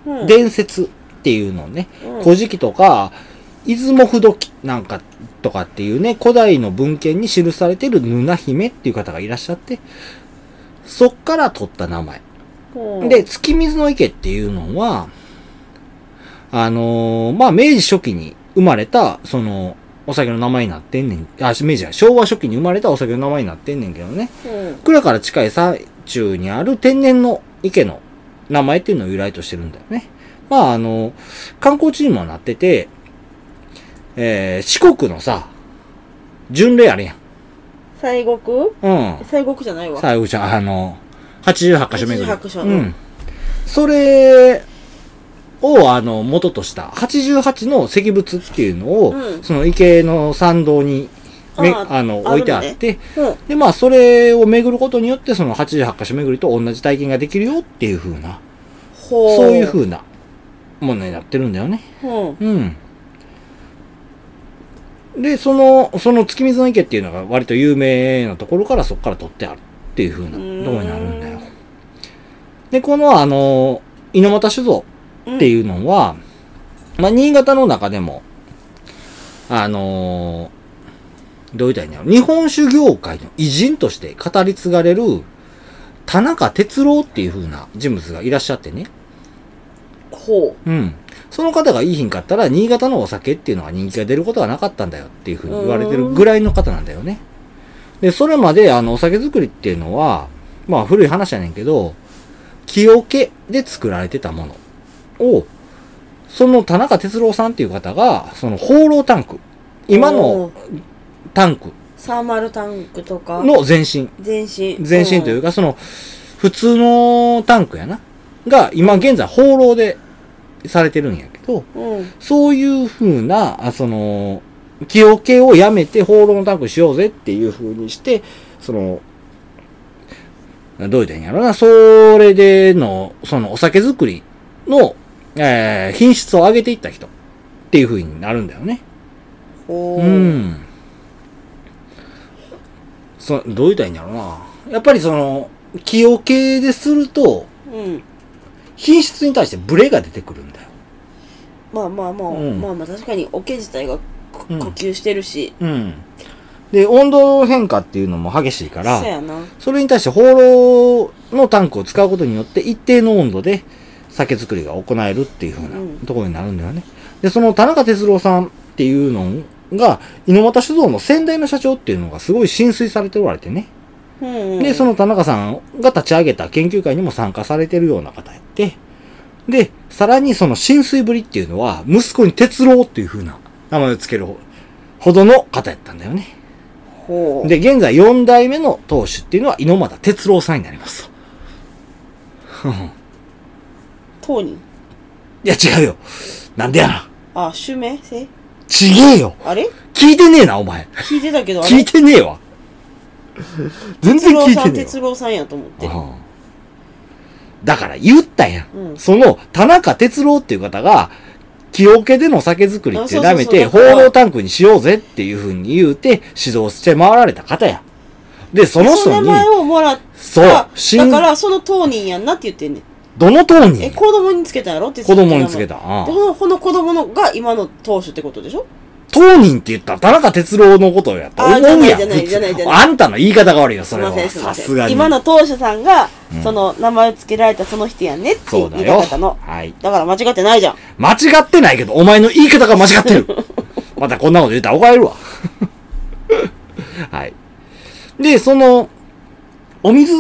Speaker 2: うん
Speaker 1: 伝説っていうのをね、
Speaker 2: うん
Speaker 1: 古事記とか、出雲不動記なんかとかっていうね、古代の文献に記されてるヌナ姫っていう方がいらっしゃって、そっから取った名前。
Speaker 2: うん
Speaker 1: で、月水の池っていうのは、あのーまあ、明治初期に生まれた、その、お酒の名前になってんねん。あ、明治じゃない昭和初期に生まれたお酒の名前になってんねんけどね。
Speaker 2: うん
Speaker 1: 蔵から近い山中にある天然の池の名前っていうのを由来としてるんだよね。まあ、あの、観光地にもなってて、えー、四国のさ、巡礼あるやん。
Speaker 2: 西国
Speaker 1: うん。
Speaker 2: 西国じゃないわ
Speaker 1: 最後じゃん、あの、88箇所巡り。
Speaker 2: 88箇所
Speaker 1: うん。それをあの元とした88の石仏っていうのを、
Speaker 2: うん
Speaker 1: その池の参道にめ
Speaker 2: あ
Speaker 1: あ
Speaker 2: ー
Speaker 1: の
Speaker 2: あるのね
Speaker 1: 置いてあって、
Speaker 2: ほう
Speaker 1: でまあそれを巡ることによってその88箇所巡りと同じ体験ができるよっていう風な
Speaker 2: ほ
Speaker 1: そういう風なものになってるんだよね。
Speaker 2: ほう
Speaker 1: うん。で、その、その月水の池っていうのが割と有名なところからそこから取ってあるっていう風なところになるんだ
Speaker 2: う
Speaker 1: よ
Speaker 2: ん。
Speaker 1: で、このあの、猪俣酒造っていうのは、まあ、新潟の中でも、あのーどう言ったらいいんだろう。日本酒業界の偉人として語り継がれる、田中哲郎っていう風な人物がいらっしゃってね。
Speaker 2: ほ
Speaker 1: うん。その方がいい品買ったら、新潟のお酒っていうのは人気が出ることはなかったんだよっていうふうに言われてるぐらいの方なんだよね。で、それまで、あの、お酒作りっていうのは、まあ古い話やねんけど、木桶で作られてたものを、その田中哲郎さんっていう方が、その放浪タンク、今
Speaker 2: お
Speaker 1: の
Speaker 2: ー
Speaker 1: タンク
Speaker 2: サーマルタンクとか
Speaker 1: の前身、
Speaker 2: 全身
Speaker 1: 前身という
Speaker 2: か
Speaker 1: か、その、普通のタンクやな、が今現在放浪でされてるんやけど、
Speaker 2: うん
Speaker 1: そういう風な、あその、木桶をやめて放浪のタンクしようぜっていう風にして、その、どう言ったらいいんやろな、それでの、そのお酒作りの、えー品質を上げていった人っていう風になるんだよね。
Speaker 2: ほ
Speaker 1: う
Speaker 2: う
Speaker 1: ん。そどう言ったらいいんやろな。やっぱりその、木桶ですると、
Speaker 2: うん
Speaker 1: 品質に対してブレが出てくるんだよ。
Speaker 2: まあまあまあ、
Speaker 1: うん
Speaker 2: まあまあ確かに桶自体がこ呼
Speaker 1: うん
Speaker 2: 吸してるし、
Speaker 1: うん。で、温度変化っていうのも激しいから
Speaker 2: そう、やな
Speaker 1: それに対して放浪のタンクを使うことによって一定の温度で酒造りが行えるっていう風
Speaker 2: うん
Speaker 1: なところになるんだよね。で、その田中哲郎さんっていうのが、猪俣酒造の先代の社長っていうのがすごい浸水されておられてね。
Speaker 2: うんうん
Speaker 1: で、その田中さんが立ち上げた研究会にも参加されてるような方やって、で、さらにその浸水ぶりっていうのは、息子に哲郎っていう風な名前を付けるほどの方やったんだよね。
Speaker 2: ほう
Speaker 1: で、現在4代目の当主っていうのは猪俣哲郎さんになります。
Speaker 2: 当人
Speaker 1: いや、違うよ。なんでやな。
Speaker 2: あ襲名せ
Speaker 1: ちげえよ。
Speaker 2: あれ
Speaker 1: 聞いてねえな、お前。
Speaker 2: 聞いてたけどあれ
Speaker 1: 聞いてねえ わ。全
Speaker 2: 哲
Speaker 1: 然
Speaker 2: 郎
Speaker 1: 聞い
Speaker 2: さ
Speaker 1: て
Speaker 2: ん
Speaker 1: ね
Speaker 2: 哲郎さんやと思っ
Speaker 1: え
Speaker 2: て
Speaker 1: わ。うんだから言ったやん。
Speaker 2: うん
Speaker 1: その、田中哲郎っていう方が、木桶での酒造り
Speaker 2: あ
Speaker 1: って
Speaker 2: そうそうそう
Speaker 1: ダめて、
Speaker 2: だ
Speaker 1: 放
Speaker 2: から
Speaker 1: 浪タンクにしようぜっていう風に言うて、指導して回られた方や。で、その
Speaker 2: そ
Speaker 1: 人
Speaker 2: の
Speaker 1: に
Speaker 2: 名、前をもらっ
Speaker 1: そう、
Speaker 2: た
Speaker 1: 新
Speaker 2: だからその当人やんなって言ってんねん
Speaker 1: どの当人
Speaker 2: え
Speaker 1: や
Speaker 2: 子供につけたやろって
Speaker 1: 子供につけた。うん
Speaker 2: でこのこの子供のが今の当主ってことでしょ
Speaker 1: 当人って言ったら田中哲郎のことやと思う
Speaker 2: あ
Speaker 1: やん。
Speaker 2: じゃないじゃない
Speaker 1: 普
Speaker 2: じゃないじ
Speaker 1: 通
Speaker 2: ゃない
Speaker 1: あんたの言い方が悪いよ、
Speaker 2: す
Speaker 1: そ
Speaker 2: い
Speaker 1: れ
Speaker 2: ま
Speaker 1: は
Speaker 2: せん。すいま
Speaker 1: さ
Speaker 2: せん
Speaker 1: すがに。
Speaker 2: 今の当主さんが、
Speaker 1: うん
Speaker 2: その名前を付けられたその人やんねって言
Speaker 1: そ
Speaker 2: いう
Speaker 1: だ
Speaker 2: 言いた
Speaker 1: よ。
Speaker 2: かったの
Speaker 1: はい。
Speaker 2: だから間違ってないじゃん
Speaker 1: 間違ってないけど、お前の言い方が間違っ てる。またこんなこと言ったら怒られるわ。 はい。で、その、お水、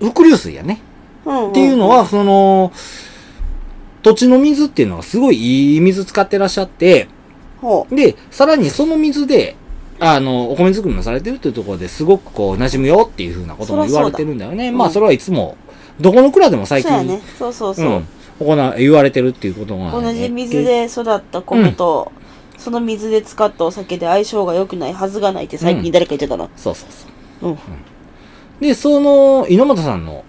Speaker 1: 伏流水やね。
Speaker 2: うんん
Speaker 1: っていうのは、その、土地の水っていうのがすごいいい水使ってらっしゃって、
Speaker 2: ほ
Speaker 1: で、さらにその水で、あの、お米作りもされてるというところですごくこう、馴染むよっていうふうなことも
Speaker 2: そらそう
Speaker 1: 言
Speaker 2: だ
Speaker 1: われてるんだよね。
Speaker 2: うん
Speaker 1: まあ、それはいつも、どこの蔵でも
Speaker 2: う
Speaker 1: 最
Speaker 2: そう
Speaker 1: 近、
Speaker 2: やねそうそうそう、
Speaker 1: うん、行な言われてるっていうことが、
Speaker 2: 同じ水。で育った米と、その水で使ったお酒で相性が良くないはずがないって最近誰か言ってたな
Speaker 1: そうそうそう。
Speaker 2: うん、
Speaker 1: で、その、猪俣さんの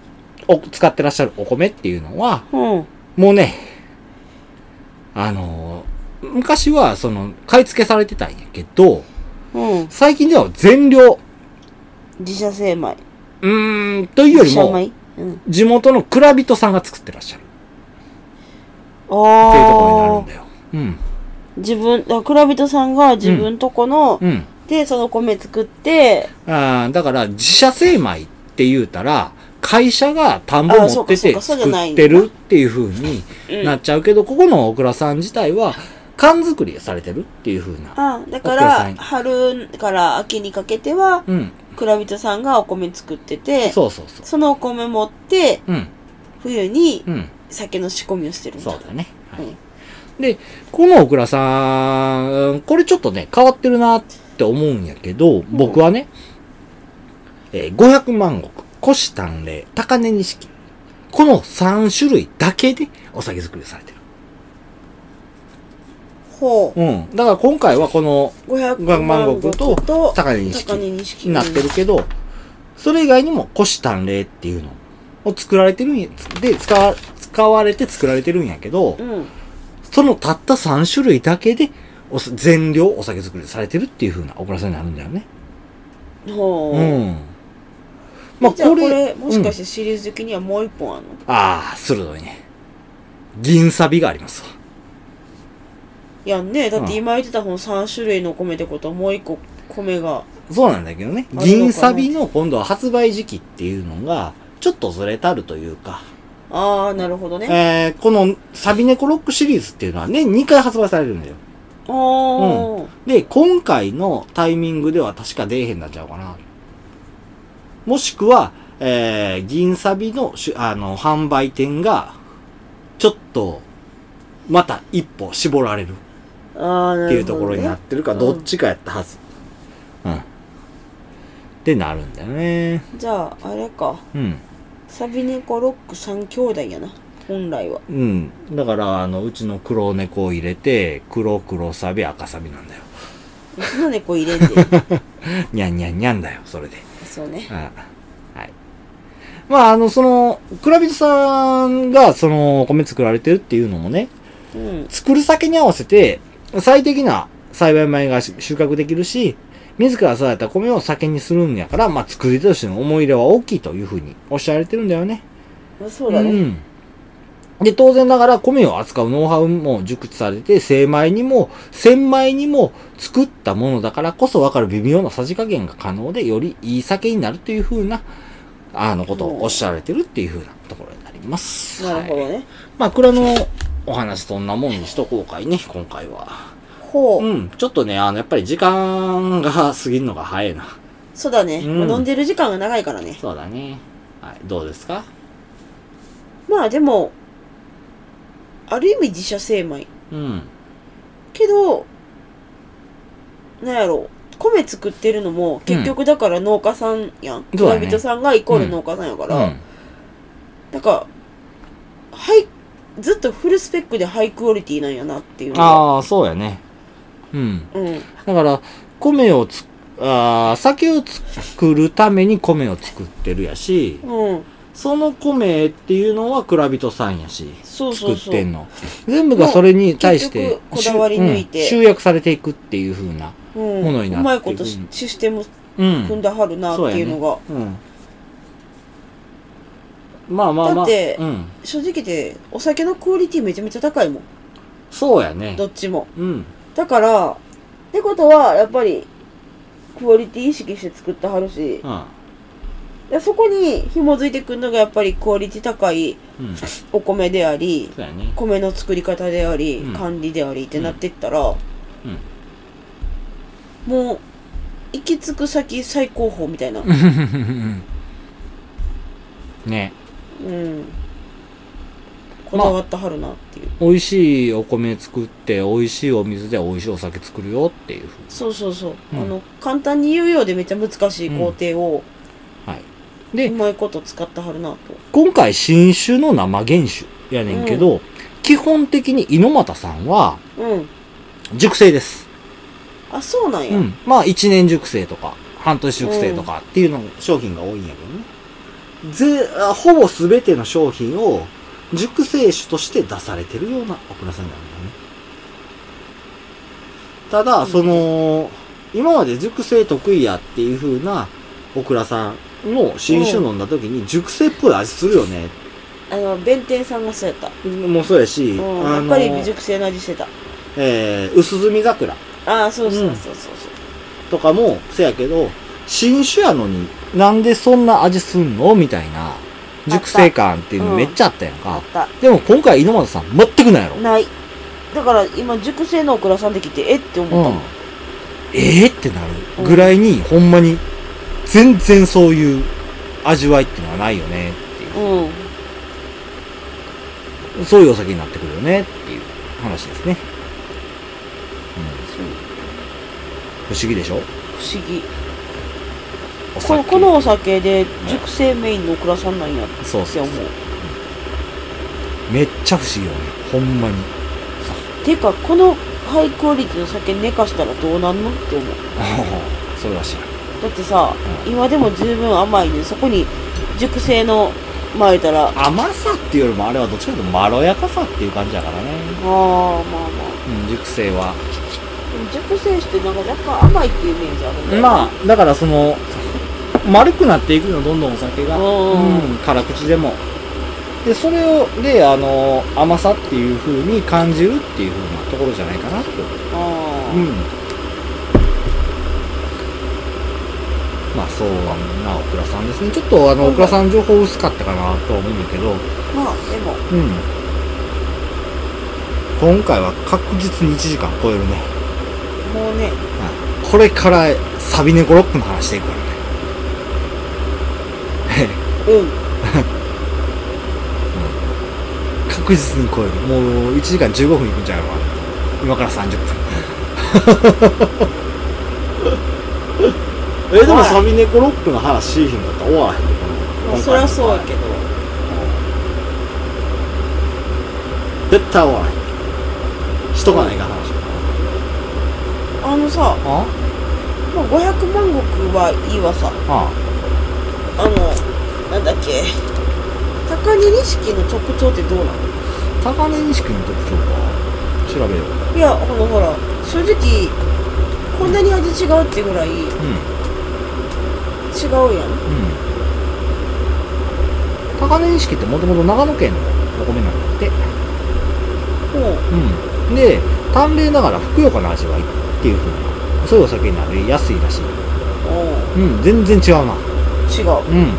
Speaker 1: お使ってらっしゃるお米っていうのは、
Speaker 2: うん、
Speaker 1: もうね、あの、昔は、その、買い付けされてたんやけど、
Speaker 2: うん、
Speaker 1: 最近では全量、
Speaker 2: 自社精米
Speaker 1: うーん、というよ
Speaker 2: 自
Speaker 1: り
Speaker 2: 社
Speaker 1: も、
Speaker 2: 米うん
Speaker 1: 地元の蔵人さんが作ってらっしゃるっていうところ
Speaker 2: あ
Speaker 1: になる
Speaker 2: あ
Speaker 1: んだよ。うん。
Speaker 2: 自分だから蔵人さんが自分とこの、
Speaker 1: うん。
Speaker 2: でその米作って
Speaker 1: あーだから自社精米って言うたら、会社が田んぼ
Speaker 2: あー
Speaker 1: 持
Speaker 2: そう
Speaker 1: っ
Speaker 2: か
Speaker 1: て
Speaker 2: そう
Speaker 1: て
Speaker 2: かそう
Speaker 1: 作
Speaker 2: じゃないん
Speaker 1: っ
Speaker 2: だ
Speaker 1: てるっていう風に
Speaker 2: うん
Speaker 1: なっちゃうけど、ここの大倉さん自体は缶作りされてるっていう風な。
Speaker 2: あだか
Speaker 1: お蔵さ
Speaker 2: ら
Speaker 1: ん
Speaker 2: 春から秋にかけては
Speaker 1: うん。
Speaker 2: 蔵人さんがお米作ってて
Speaker 1: そうそうそう。
Speaker 2: そのお米持って
Speaker 1: うん。
Speaker 2: 冬に
Speaker 1: うん。
Speaker 2: 酒の仕込みをしてるんだ
Speaker 1: そうだね。は
Speaker 2: うん
Speaker 1: い。で、この大倉さん、これちょっとね、変わってるなって思うんやけど、僕はね、えー500万石、腰丹麗、高根錦。この3種類だけでお酒作りをされてる。
Speaker 2: ほう
Speaker 1: うん。だから今回はこの
Speaker 2: 500
Speaker 1: 500
Speaker 2: 万
Speaker 1: 万
Speaker 2: 石
Speaker 1: 石
Speaker 2: と
Speaker 1: と
Speaker 2: 高
Speaker 1: 高
Speaker 2: 根
Speaker 1: 根
Speaker 2: 錦
Speaker 1: 錦
Speaker 2: に
Speaker 1: になってるけど、それ以外にも虎視眈々っていうのを作られてるんや、で、使わ、使われて作られてるんやけど
Speaker 2: う、ん
Speaker 1: そのたった3種類だけで、お酒全量お酒作りされてるっていう風なオクラさんになるんだよね。
Speaker 2: ほう、
Speaker 1: うん。まあ
Speaker 2: じゃあ
Speaker 1: こ
Speaker 2: こ
Speaker 1: れ、
Speaker 2: れもしかし
Speaker 1: うん
Speaker 2: てシリーズ的にはもう一本あるの、
Speaker 1: ああ、鋭いね。銀サビがありますわ。
Speaker 2: やんねだっ
Speaker 1: う
Speaker 2: て
Speaker 1: ん
Speaker 2: 今言ってたこの3種類の米ってことはもう一個米が
Speaker 1: そうなんだけどね。
Speaker 2: あ
Speaker 1: 銀サビの今度は発売時期っていうのが、ちょっとずれたるというか、
Speaker 2: ああなるほどね
Speaker 1: えー、このサビネコロックシリーズっていうのは年2回発売されるんだよ。
Speaker 2: あー、
Speaker 1: で、今回のタイミングでは確か出えへんなっちゃうかな。もしくは、えー、銀サビのしゅ、あの、販売店が、ちょっと、また一歩絞られるっ
Speaker 2: ああなるほど、ね、
Speaker 1: ていうところになってるか、
Speaker 2: うん
Speaker 1: どっちかやったはず。うん。ってなるんだよね。
Speaker 2: じゃああれか
Speaker 1: うん。
Speaker 2: サビ猫ロック3兄弟やな本来は
Speaker 1: うん。だから、あの、うちの黒猫を入れて、黒黒サビ赤サビなんだよ。
Speaker 2: その猫入れて
Speaker 1: にゃんにゃんにゃんだよ、 それで。
Speaker 2: そうね
Speaker 1: あはい。まあ、あの、その、クラビトさんが、その、米作られてるっていうのもね、
Speaker 2: うん
Speaker 1: 作る先に合わせて、最適な栽培米がし収穫できるし、自ら育てた米を酒にするんやから、まあ、作り手としての思い入れは大きいというふうにおっしゃられてるんだよね。
Speaker 2: そうだね、
Speaker 1: ん。で、当然ながら米を扱うノウハウも熟知されて、精米にも、洗米にも作ったものだからこそ分かる微妙なさじ加減が可能で、よりいい酒になるというふうな、あのことをおっしゃられてるっていうふうなところになります。
Speaker 2: なるほ
Speaker 1: は
Speaker 2: ど
Speaker 1: い
Speaker 2: ね、
Speaker 1: まあ、蔵のお話そんなもんにしとこうかいね、今回は。
Speaker 2: ほう、
Speaker 1: うん、ちょっとね、あの、やっぱり時間が過ぎるのが早いな。
Speaker 2: そうだね、
Speaker 1: うん
Speaker 2: まあ飲んでる時間が長いからね
Speaker 1: そうだね。はい、どうですか
Speaker 2: まあでもある意味自社精米
Speaker 1: うん。
Speaker 2: けどなんやろう米作ってるのも結局だから農家さんやん、
Speaker 1: そうだ
Speaker 2: 村
Speaker 1: ね
Speaker 2: 人さんがイコール農家さんやか
Speaker 1: う
Speaker 2: ら、
Speaker 1: ん。
Speaker 2: なんかはいずっとフルスペックでハイクオリティなんやなっていうのが
Speaker 1: ああ、そうやね。うん。
Speaker 2: うん
Speaker 1: だから、米をつ、あー酒を作るために米を作ってるやし、
Speaker 2: うん
Speaker 1: その米っていうのは蔵人さんやし、
Speaker 2: そうそ
Speaker 1: 作
Speaker 2: う
Speaker 1: っ
Speaker 2: そう
Speaker 1: てんの。全部がそれに対して
Speaker 2: もう、結局こだわり抜いて
Speaker 1: うん集約されていくっていう風な。
Speaker 2: うん、
Speaker 1: ものになってる
Speaker 2: うまいことしシステム
Speaker 1: うん。
Speaker 2: 組んだはるなっていうのが、
Speaker 1: うん。まあまあまあ。
Speaker 2: だって
Speaker 1: うん。
Speaker 2: 正直でお酒のクオリティめちゃめちゃ高いもん
Speaker 1: そうやね
Speaker 2: ど。っちも
Speaker 1: うん。
Speaker 2: だからってことはやっぱりクオリティ意識して作ってはるし
Speaker 1: うん。
Speaker 2: でそこに紐づいてくるのがやっぱりクオリティ高い
Speaker 1: うん。そ
Speaker 2: お米であり
Speaker 1: うやね。
Speaker 2: 米の作り方であり、
Speaker 1: うん
Speaker 2: 管理でありってなってったら、
Speaker 1: うん。
Speaker 2: もう行き着く先最高峰みたいな
Speaker 1: ね。
Speaker 2: うんこだわってはるなっていう、
Speaker 1: 美味しいお米作って、美味しいお水で美味しいお酒作るよっていう風
Speaker 2: そうそうそう、
Speaker 1: うん
Speaker 2: あの簡単に言うようでめっちゃ難しい工程を
Speaker 1: はい。で
Speaker 2: う、まいこと使ってはるなと、
Speaker 1: 今回新種の生原酒やねんけど、基本的に猪俣さんは
Speaker 2: うん
Speaker 1: 熟成です。
Speaker 2: あそうなんや、
Speaker 1: うん。まあ1年熟成とか、半年熟成とかっていうのも商品が多いんやけどね。ぜ、あほぼ全ての商品を熟成酒として出されてるようなお蔵さんなんだよね。た
Speaker 2: う
Speaker 1: だ、
Speaker 2: ん
Speaker 1: その、今まで熟成得意やっていう風なお蔵さんの新酒飲んだ時に熟成っぽい味するよね
Speaker 2: あの弁天さんがそうやった、
Speaker 1: もそうやし、
Speaker 2: うん、
Speaker 1: あ
Speaker 2: やっ
Speaker 1: の
Speaker 2: ぱり熟成の味してた
Speaker 1: えー、薄墨桜
Speaker 2: ああそうそううんそうそうそう、
Speaker 1: とかもせやけど、新種やのになんでそんな味すんのみたいな熟成感っていう
Speaker 2: う
Speaker 1: の
Speaker 2: ん
Speaker 1: めっちゃあったやん
Speaker 2: あ
Speaker 1: か
Speaker 2: っ。た
Speaker 1: でも今回、猪俣さん全くないやろ。
Speaker 2: ないだから今熟成のオクラさんできてえって思っ
Speaker 1: う
Speaker 2: た
Speaker 1: ん
Speaker 2: もん、。
Speaker 1: えー、ってなるぐらいに、ほんまに、全然そういう味わいっていうのはないよねっていう
Speaker 2: うん
Speaker 1: そういうお酒になってくるよねっていう話ですね。
Speaker 2: そう
Speaker 1: 不思議でしょ
Speaker 2: 不思議
Speaker 1: お酒
Speaker 2: ここのお酒で熟成メインのオクラさんなんやって
Speaker 1: そうそう
Speaker 2: 思う
Speaker 1: そう。めっちゃ不思議よね。ほんまに。
Speaker 2: ていうかこのハイクオリティの酒寝かしたらどうなんのって思う
Speaker 1: そうらしい
Speaker 2: だってさ
Speaker 1: う
Speaker 2: 今でも十分甘いねそこに熟成のまいたらあ
Speaker 1: 甘さっていうよりもあれはどっちかというとまろやかさっていう感じだからね、
Speaker 2: あまあまあ
Speaker 1: うん、熟成は
Speaker 2: でも熟成してなんか若干甘いっていうイメージあるんだよ
Speaker 1: まあだからその丸くなっていくのどんどんお酒が、
Speaker 2: うん
Speaker 1: うん辛口でもでそれをであの甘さっていう風に感じるっていう風なところじゃないかなと、
Speaker 2: あ
Speaker 1: うん、まあそうなオクラさんですねちょっとあの
Speaker 2: う
Speaker 1: オ
Speaker 2: ん
Speaker 1: クラさん情報薄かったかなとは思うんだけど、
Speaker 2: あまあでも
Speaker 1: うん、今回は確実に1時間超えるね、
Speaker 2: もうね
Speaker 1: はいこれからサビネコロックの話していくからね
Speaker 2: うん
Speaker 1: 確実に超えるもう1時間15分いくんちゃうか今から30分 えでもサビネコロックの話しいひんかったら終わらへんのかな
Speaker 2: まあそりゃそうやけど
Speaker 1: 絶対終わらへんしとかないか話
Speaker 2: あのさ
Speaker 1: あ
Speaker 2: もう500万石はいいわさ
Speaker 1: あ
Speaker 2: あのなんだっけ高木錦の特徴ってどうなの
Speaker 1: 高根錦の特徴か調べよう
Speaker 2: いやほらほら正直こんなに味違うってぐらい違う
Speaker 1: うん
Speaker 2: やん
Speaker 1: うん高根錦ってもともと長野県のお米なんだって
Speaker 2: もう
Speaker 1: うんで淡麗ながらふくよかな味わいっていう風なそういうお酒になる安いらしい
Speaker 2: うん
Speaker 1: うん全然違うな
Speaker 2: 違う
Speaker 1: うん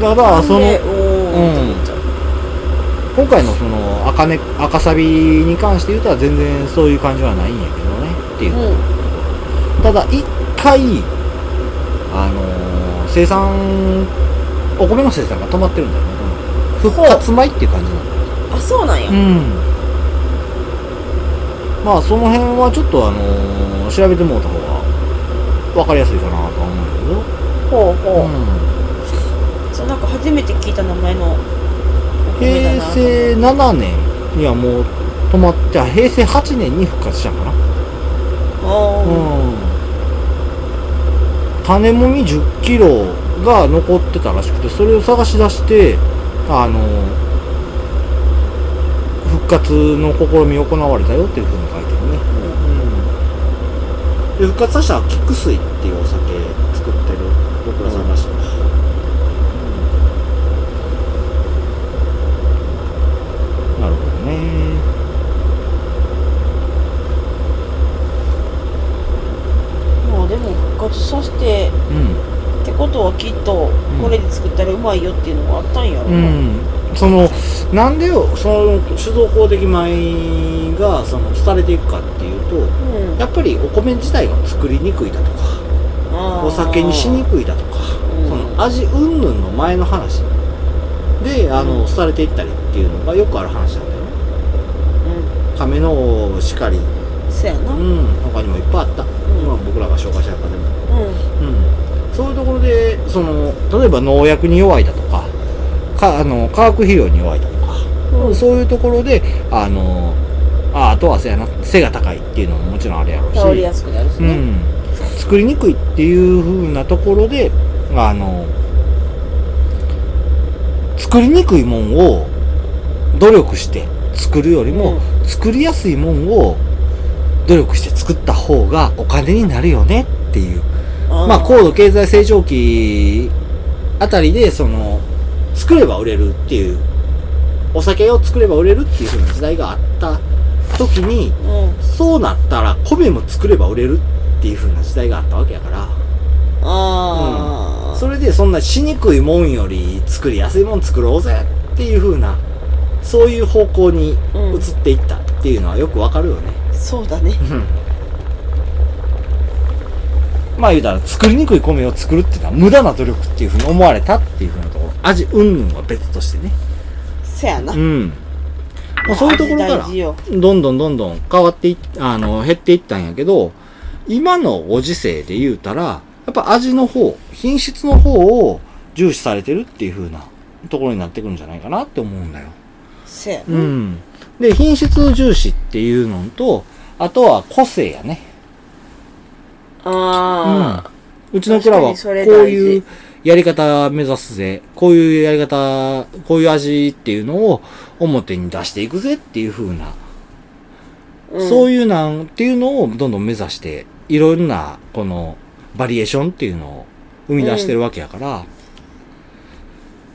Speaker 1: だからその
Speaker 2: でおーって思っちゃう
Speaker 1: 今回のその赤,、ね、赤サビに関して言うとは全然そういう感じはないんやけどねっていう
Speaker 2: うん
Speaker 1: ただ一回あのー生産お米の生産が止まってるんだよねこの復活米っていう感じなんだよ
Speaker 2: あそうなんや
Speaker 1: うんまあその辺はちょっとあのー調べてもらった方が分かりやすいかなとは思うんだ
Speaker 2: ほう
Speaker 1: けど、
Speaker 2: ほうそうなんか初めて聞いた名前のお米だ
Speaker 1: 平
Speaker 2: なと
Speaker 1: 成7年にはもう止まってあ平成8年に復活したのかな
Speaker 2: あー
Speaker 1: 種もみ1 0キロが残ってたらしくてそれを探し出してあの復活の試み行われたよっていうふうに書いてるね、で復活したのは菊水っていうお酒作ってる僕らさんらしい、なるほどね
Speaker 2: まあでも復活させて
Speaker 1: うん
Speaker 2: ってことはきっと
Speaker 1: うん
Speaker 2: これで作ったらうまいよっていうのがあったんやろ
Speaker 1: う
Speaker 2: な、
Speaker 1: ん、そのなんでよその酒造法的米がその廃れていくかっていうと
Speaker 2: うん
Speaker 1: やっぱりお米自体が作りにくいだとか
Speaker 2: あー
Speaker 1: お酒にしにくいだとか
Speaker 2: うん
Speaker 1: その味云々の前の話であ
Speaker 2: う
Speaker 1: の
Speaker 2: ん
Speaker 1: 廃れていったりっていうのがよくある話なんだよね
Speaker 2: うん
Speaker 1: 亀のしかり、う
Speaker 2: そやなうん
Speaker 1: ん、他にもいっぱいあった、まあ、僕らが紹介した中でも、うん、そういうところでその例えば農薬に弱いだとかかあの化学肥料に弱いだとか
Speaker 2: うん
Speaker 1: そういうところで、あの、ああとはせやな、背が高いっていうのももちろんあれやろうし、
Speaker 2: 倒れやすくなるし
Speaker 1: う
Speaker 2: ね、
Speaker 1: ん、作りにくいっていう風なところで、あの、作りにくいもんを努力して作るよりも、作りやすいもんを努力して作った方がお金になるよねっていうまあ、高度経済成長期あたりで、その、作れば売れるっていう、お酒を作れば売れるっていう風な時代があった時に、
Speaker 2: うん、うん、
Speaker 1: そうなったら米も作れば売れるっていう風な時代があったわけやから、
Speaker 2: ああ、
Speaker 1: それでそんなしにくいもんより作りやすいもん作ろうぜっていう風な、そういう方向に移
Speaker 2: う
Speaker 1: っ
Speaker 2: ん
Speaker 1: ていったっていうのはよくわかるよね。
Speaker 2: そうだね
Speaker 1: まあ言うたら作りにくい米を作るっていうのは無駄な努力っていうふうに思われたっていうふうなところ味うんぬんは別としてね
Speaker 2: そやな、
Speaker 1: ん、まあ、そういうところから
Speaker 2: 味大事よ
Speaker 1: どんどんどんどん変わっていっあの減っていったんやけど今のご時世で言うたらやっぱ味の方品質の方を重視されてるっていうふうなところになってくるんじゃないかなって思うんだよ
Speaker 2: そや
Speaker 1: う
Speaker 2: な、
Speaker 1: ん。で、品質重視っていうのと、あとは個性やね。
Speaker 2: ああ、
Speaker 1: うちのクラブはこ
Speaker 2: 確
Speaker 1: う
Speaker 2: かにそれ大事
Speaker 1: いうやり方目指すぜ。こういうやり方、こういう味っていうのを表に出していくぜっていう風な、そう
Speaker 2: い
Speaker 1: いうなんっていうのをどんどん目指して、いろんなこのバリエーションっていうのを生み出してるわけやから、やっ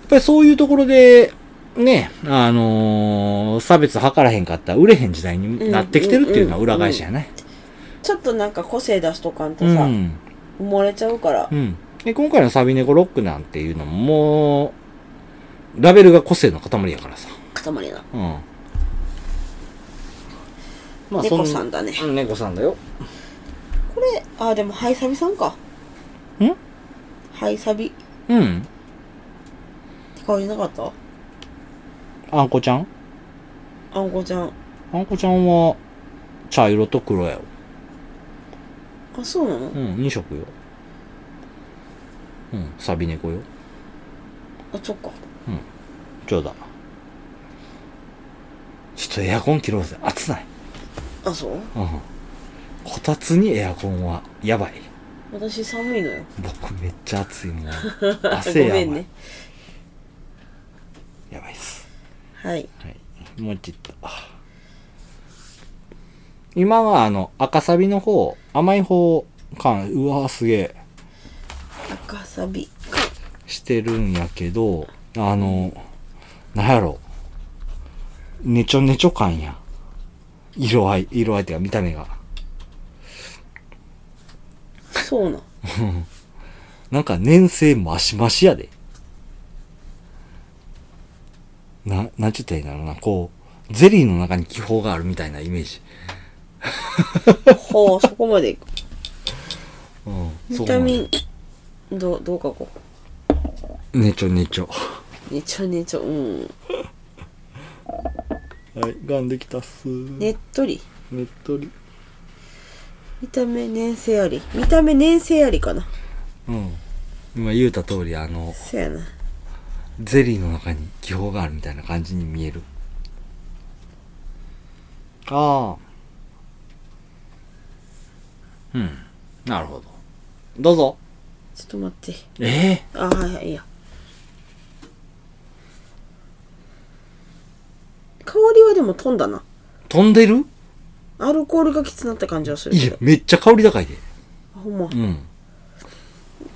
Speaker 1: ぱりそういうところで、ね、あのー差別図らへんかったら売れへん時代になってきてるっていうのは裏返しやね。
Speaker 2: うん。ちょっとなんか個性出しとかんと
Speaker 1: う
Speaker 2: さ、
Speaker 1: ん。
Speaker 2: 埋もれちゃうから
Speaker 1: う。ん。で、今回のサビネコロックなんていうのも、もう、ラベルが個性の塊やからさ。
Speaker 2: 塊な。
Speaker 1: うん。ま
Speaker 2: 猫さんだね。
Speaker 1: そうん。猫さんだよ。
Speaker 2: これ、ああ、でもハイサビさんか。
Speaker 1: ん
Speaker 2: ハイサビって
Speaker 1: うん。
Speaker 2: 顔じゃなかった
Speaker 1: あんこちゃん
Speaker 2: あんこちゃん。
Speaker 1: あんこちゃんは、茶色と黒やよ。
Speaker 2: あ、そうなの
Speaker 1: うん、2色よ。うん、サビ猫よ。
Speaker 2: あ、そっか。
Speaker 1: ちょうだ。ちょっとエアコン切ろうぜ。暑ない。
Speaker 2: あ、そう
Speaker 1: うん。こたつにエアコンは、やばい。
Speaker 2: 私寒いのよ。
Speaker 1: 僕めっちゃ暑い もん。汗や
Speaker 2: ご
Speaker 1: ば
Speaker 2: め
Speaker 1: い。
Speaker 2: んね。
Speaker 1: やばいっす。
Speaker 2: はい。
Speaker 1: はい。もうちょっと。今はあの、赤サビの方、甘い方、感、うわすげえ、
Speaker 2: 赤サビ。
Speaker 1: してるんやけど、あの、なんやろ。ねちょねちょ感や。色合い、色合いっていうか見た目が。
Speaker 2: そうなん。
Speaker 1: なんか粘性マシマシやで。な、なんちゅったらいいんだろうな、こう、ゼリーの中に気泡があるみたいなイメージ。
Speaker 2: ほう、そこまで いく。
Speaker 1: うん。
Speaker 2: ビタミン、どう、どう書こ
Speaker 1: ン。ねちょねちょ。
Speaker 2: う。ねちょねちょ、うん。
Speaker 1: はい、ガンできたっす。
Speaker 2: ね
Speaker 1: ね
Speaker 2: っとり。
Speaker 1: っとり。
Speaker 2: 見た目粘性あり。見た目粘性ありかな。
Speaker 1: うん。今言うた通り、あの、
Speaker 2: そうやな。
Speaker 1: ゼリーの中に気泡があるみたいな感じに見える。ああ。うん。なるほど。どうぞ。
Speaker 2: ちょっと待って。
Speaker 1: ええ
Speaker 2: あ、はいはい、いいや。香りはでも飛んだな。
Speaker 1: 飛んでる
Speaker 2: アルコールがきつなった感じはする
Speaker 1: い
Speaker 2: け
Speaker 1: や
Speaker 2: ど、。
Speaker 1: めっちゃ香り高いで。
Speaker 2: あほんま。
Speaker 1: う
Speaker 2: 今
Speaker 1: ん。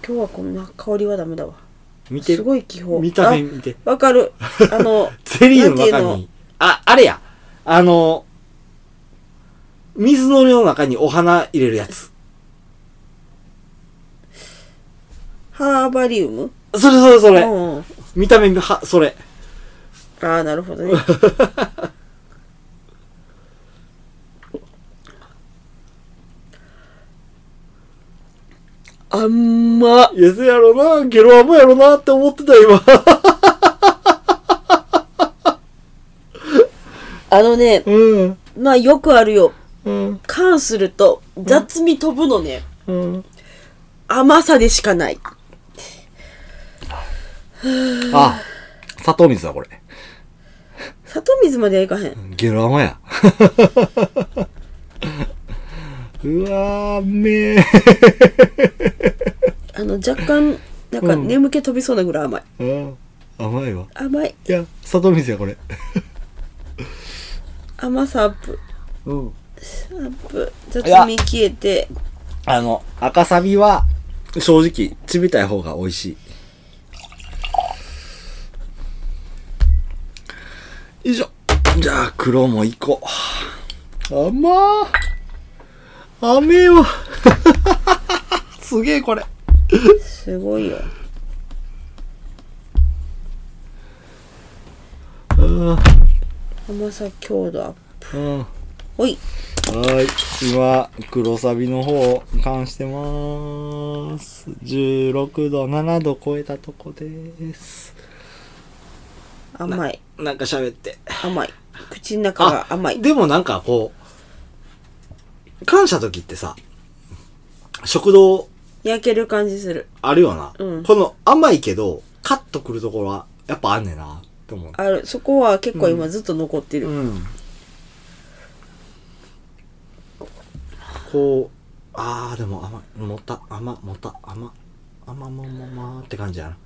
Speaker 2: 日はこんな香りはダメだわ。
Speaker 1: 見て
Speaker 2: す
Speaker 1: る。
Speaker 2: ごい気泡。
Speaker 1: 見た目
Speaker 2: あ
Speaker 1: 見て。
Speaker 2: わか る。あの、
Speaker 1: ゼリーの中
Speaker 2: なんていう
Speaker 1: に、あ、あれや。あの、水の量の中にお花入れるやつ。
Speaker 2: ハーバリウム
Speaker 1: それそれそれ。
Speaker 2: うん。あ
Speaker 1: 見た目、は、それ。
Speaker 2: あ、なるほどね。あんま。
Speaker 1: いや、せやろな、ゲロアムやろなって思ってた、今。
Speaker 2: あのね、
Speaker 1: うん。
Speaker 2: まあよくあるよ。
Speaker 1: うん。
Speaker 2: 缶すると雑味飛ぶのね。
Speaker 1: うん。
Speaker 2: 甘さでしかない。
Speaker 1: あ、砂糖水だ、これ。
Speaker 2: 砂糖水まではいかへん。
Speaker 1: ゲロアマや。 うわー、め
Speaker 2: あの、若干、なんか
Speaker 1: うん
Speaker 2: 眠気飛びそうなぐらい甘い。
Speaker 1: ー。甘いわ。
Speaker 2: 甘い。
Speaker 1: いや、砂糖水や、これ。
Speaker 2: 甘さアップ。
Speaker 1: うん。
Speaker 2: アップ。雑
Speaker 1: いや
Speaker 2: 味消えて。
Speaker 1: あの、赤サビは、正直、ちびたい方が美味しい。よいしょ。じゃあ、黒も行こう。甘ー。甘えわ。 すげえ、これ。
Speaker 2: すごいよ。
Speaker 1: うん。うん。は
Speaker 2: 甘さ強度アップ。おい。
Speaker 1: ーい。今、黒サビの方、を関してまーす。16度、7度超えたとこです。
Speaker 2: 甘い。
Speaker 1: なんか喋って。
Speaker 2: 甘い。口の中が甘い。
Speaker 1: でもなんかこう、感謝時ってさ、食堂
Speaker 2: 焼ける感じする。
Speaker 1: あるよな。
Speaker 2: うん
Speaker 1: この甘いけど、カッとくるところは、やっぱあんねんな、って思う。
Speaker 2: ある。そこは結構今ずっと残ってる。
Speaker 1: うん。こうああでも甘いもた甘もた甘甘ももまーって感じやな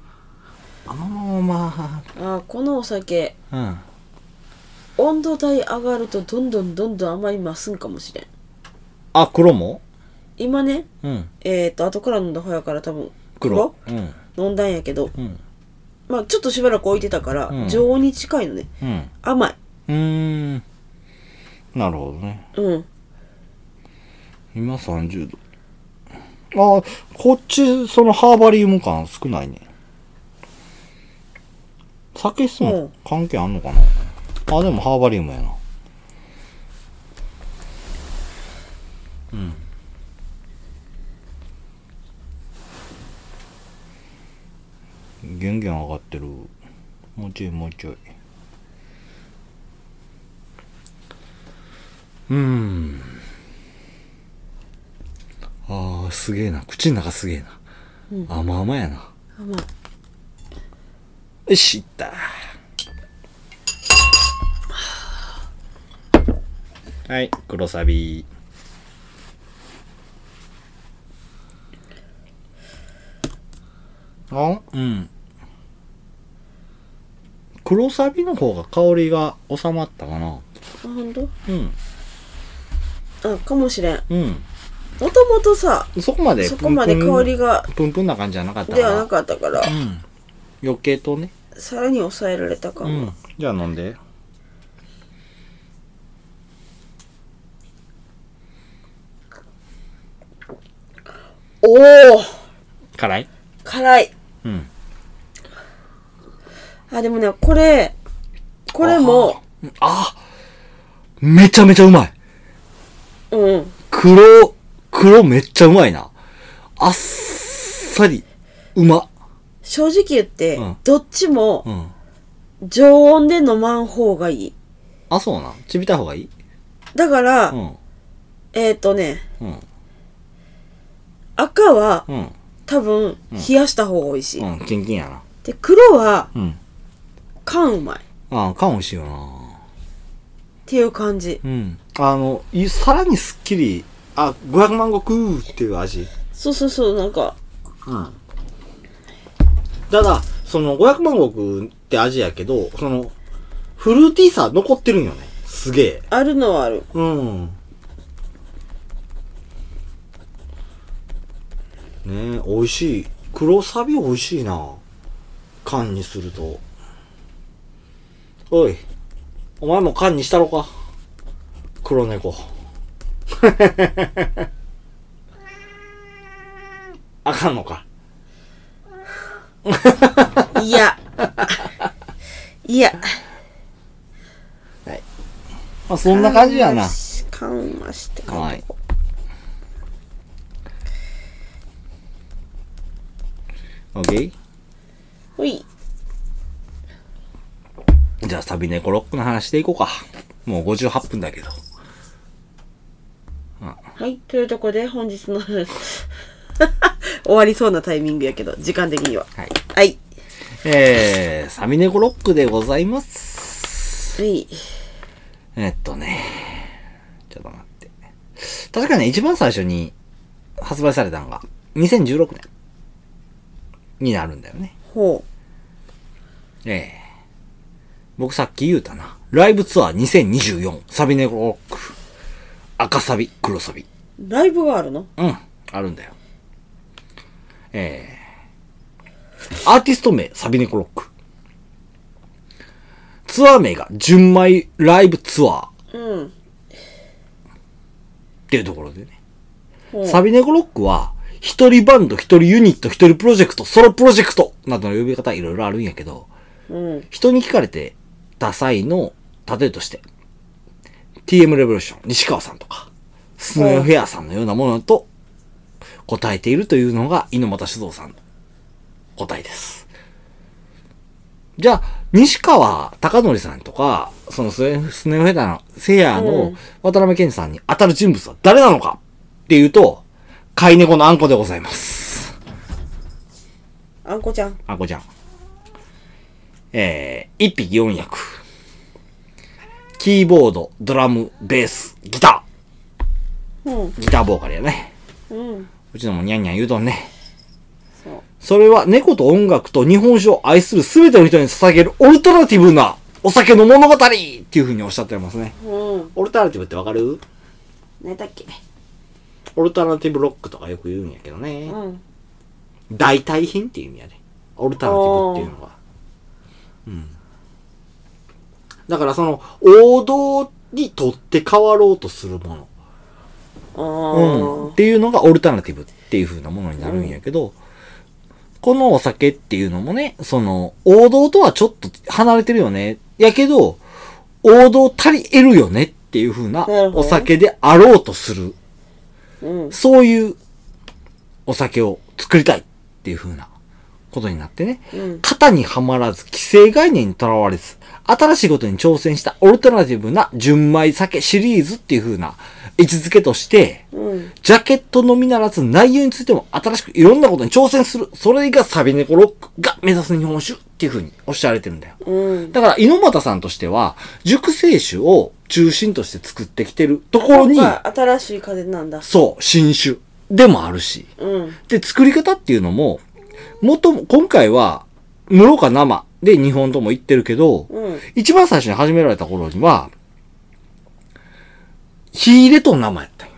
Speaker 1: 甘ももま
Speaker 2: あーこのお酒
Speaker 1: ーうん
Speaker 2: 温度帯上がるとどんどんどんどん甘み増すんかもしれん
Speaker 1: あ黒も
Speaker 2: 今ね
Speaker 1: うん
Speaker 2: えっ、と後から飲んだ方やから多分
Speaker 1: 黒うん
Speaker 2: 飲んだんやけど
Speaker 1: うん
Speaker 2: まあちょっとしばらく置いてたから、
Speaker 1: うん
Speaker 2: 常温に近いのね
Speaker 1: うん
Speaker 2: 甘いう
Speaker 1: ーんなるほどね
Speaker 2: うん
Speaker 1: 今30度ああこっちそのハーバリウム感少ないね酒質
Speaker 2: う
Speaker 1: も
Speaker 2: ん
Speaker 1: 関係あんのかな、あでもハーバリウムやなうんギュンギュン上がってるもうちょいもうちょいうんああすげえな口の中すげえな、
Speaker 2: うん
Speaker 1: 甘々やな
Speaker 2: 甘い
Speaker 1: よしいったはい黒サビあうん黒サビの方が香りが収まったかな
Speaker 2: あ本当
Speaker 1: うん
Speaker 2: あかもしれん
Speaker 1: う
Speaker 2: もともとさ
Speaker 1: んそこまで
Speaker 2: そこまで
Speaker 1: プンプン
Speaker 2: 香りが
Speaker 1: プンプンな感じじゃなかったか
Speaker 2: で
Speaker 1: ら
Speaker 2: はなかったから
Speaker 1: うん余計とね
Speaker 2: さらに抑えられたかも、
Speaker 1: うん、じゃあ飲んで
Speaker 2: おお
Speaker 1: 辛い
Speaker 2: 辛い
Speaker 1: うん
Speaker 2: あでもねこれこれも
Speaker 1: あめちゃめちゃうまい
Speaker 2: うん
Speaker 1: 黒、黒めっちゃうまいな。あっさり、うま。
Speaker 2: 正直言って、
Speaker 1: うん
Speaker 2: どっちも
Speaker 1: うん。
Speaker 2: 常温で飲まん方がいい
Speaker 1: あ、そうなんちびた方がいい
Speaker 2: だから、
Speaker 1: うん。
Speaker 2: えっ、ー、とね
Speaker 1: うん。
Speaker 2: 赤は
Speaker 1: うん。
Speaker 2: 多分冷やした方が美味しい、
Speaker 1: うん、キンキンやな。
Speaker 2: で黒は
Speaker 1: うん。
Speaker 2: 缶うまいっ
Speaker 1: ああ、缶美味しいよな。
Speaker 2: ていう感じ
Speaker 1: うん。あの、いさらにすっきり、あ、500万石っていう味。
Speaker 2: そうそうそうなんか
Speaker 1: うん。ただ、その500万石って味やけど、その、フルーティーさ残ってるんよね。すげえ。
Speaker 2: あるのはある
Speaker 1: うん。ねえ、美味しい。黒サビ美味しいな。缶にすると。おい、お前も缶にしたろか。黒猫。 あかんのか。
Speaker 2: いやいや
Speaker 1: まあ、そんな感じやな。
Speaker 2: 缶増しって感じ、
Speaker 1: はい。オッケー
Speaker 2: ほい
Speaker 1: じゃあサビネコロックの話していこうか。もう58分だけど。
Speaker 2: はい、というとこで本日の 終わりそうなタイミングやけど、時間的には。
Speaker 1: はい。
Speaker 2: はい。
Speaker 1: えー、サビネコロックでございます。
Speaker 2: はい。
Speaker 1: えっとね。ちょっと待って。確かね、一番最初に発売されたのが2016年になるんだよね。
Speaker 2: ほ
Speaker 1: ええ僕さっき言うたな。ライブツアー2024サビネコロック。赤サビ、黒サビ。
Speaker 2: う。ライブがあるの
Speaker 1: うん、あるんだよ。えー、アーティスト名、サビネコロック。ツアー名が、純米ライブツアーっ
Speaker 2: うん。
Speaker 1: ていうところでね。
Speaker 2: ほう
Speaker 1: サビネコロックは、一人バンド、一人ユニット、一人プロジェクト、ソロプロジェクトなどの呼び方いろいろあるんやけど、
Speaker 2: うん。
Speaker 1: 人に聞かれてた際の例えとして、TM レボリューション、西川さんとか、スネアフェアさんのようなものと答えているというのが猪俣酒造さんの答えです。じゃあ、西川貴則さんとか、そのスネスネアフェアの、セア
Speaker 2: う
Speaker 1: の
Speaker 2: ん
Speaker 1: 渡辺健二さんに当たる人物は誰なのかっていうと、飼い猫のあんこでございます。
Speaker 2: あんこちゃん。
Speaker 1: あこちゃん。えー、一匹四役。キーボード、ドラム、ベース、ギタ
Speaker 2: うん
Speaker 1: ギターボーカルやね。
Speaker 2: うん
Speaker 1: うちのもニャンニャン言うとんね。
Speaker 2: そう
Speaker 1: それは猫と音楽と日本酒を愛する全ての人に捧げるオルタナティブなお酒の物語っていうふうにおっしゃってますね。
Speaker 2: うん
Speaker 1: オルタナティブってわかる
Speaker 2: 何だっけ
Speaker 1: オルタナティブロックとかよく言うんやけどね。
Speaker 2: うん
Speaker 1: 代替品っていう意味やで。オルタナティブっていうのは。うん。だからその、王道にとって変わろうとするも
Speaker 2: あ
Speaker 1: の。
Speaker 2: ー
Speaker 1: っていうのがオルタナティブっていう風なものになるんやけど、このお酒っていうのもね、その、王道とはちょっと離れてるよね。やけど、王道足り得るよねっていう風な
Speaker 2: なるほどね
Speaker 1: お酒であろうとする。
Speaker 2: うん
Speaker 1: そういうお酒を作りたいっていう風なことになってね。
Speaker 2: うん
Speaker 1: 型にはまらず、既成概念にとらわれず、新しいことに挑戦したオルタナティブな純米酒シリーズっていう風な位置づけとして、
Speaker 2: うん
Speaker 1: ジャケットのみならず内容についても新しくいろんなことに挑戦する。それがサビネコロックが目指す日本酒っていう風におっしゃられてるんだよ。
Speaker 2: うん
Speaker 1: だから、猪俣さんとしては、熟成酒を中心として作ってきてるところに、
Speaker 2: まあ新しい風なんだ
Speaker 1: そう、新酒でもあるし。
Speaker 2: うん
Speaker 1: で、作り方っていうのも、元も、今回は、無ろか生で日本とも言ってるけど、
Speaker 2: うん
Speaker 1: 一番最初に始められた頃には、火入れと生やったんよ。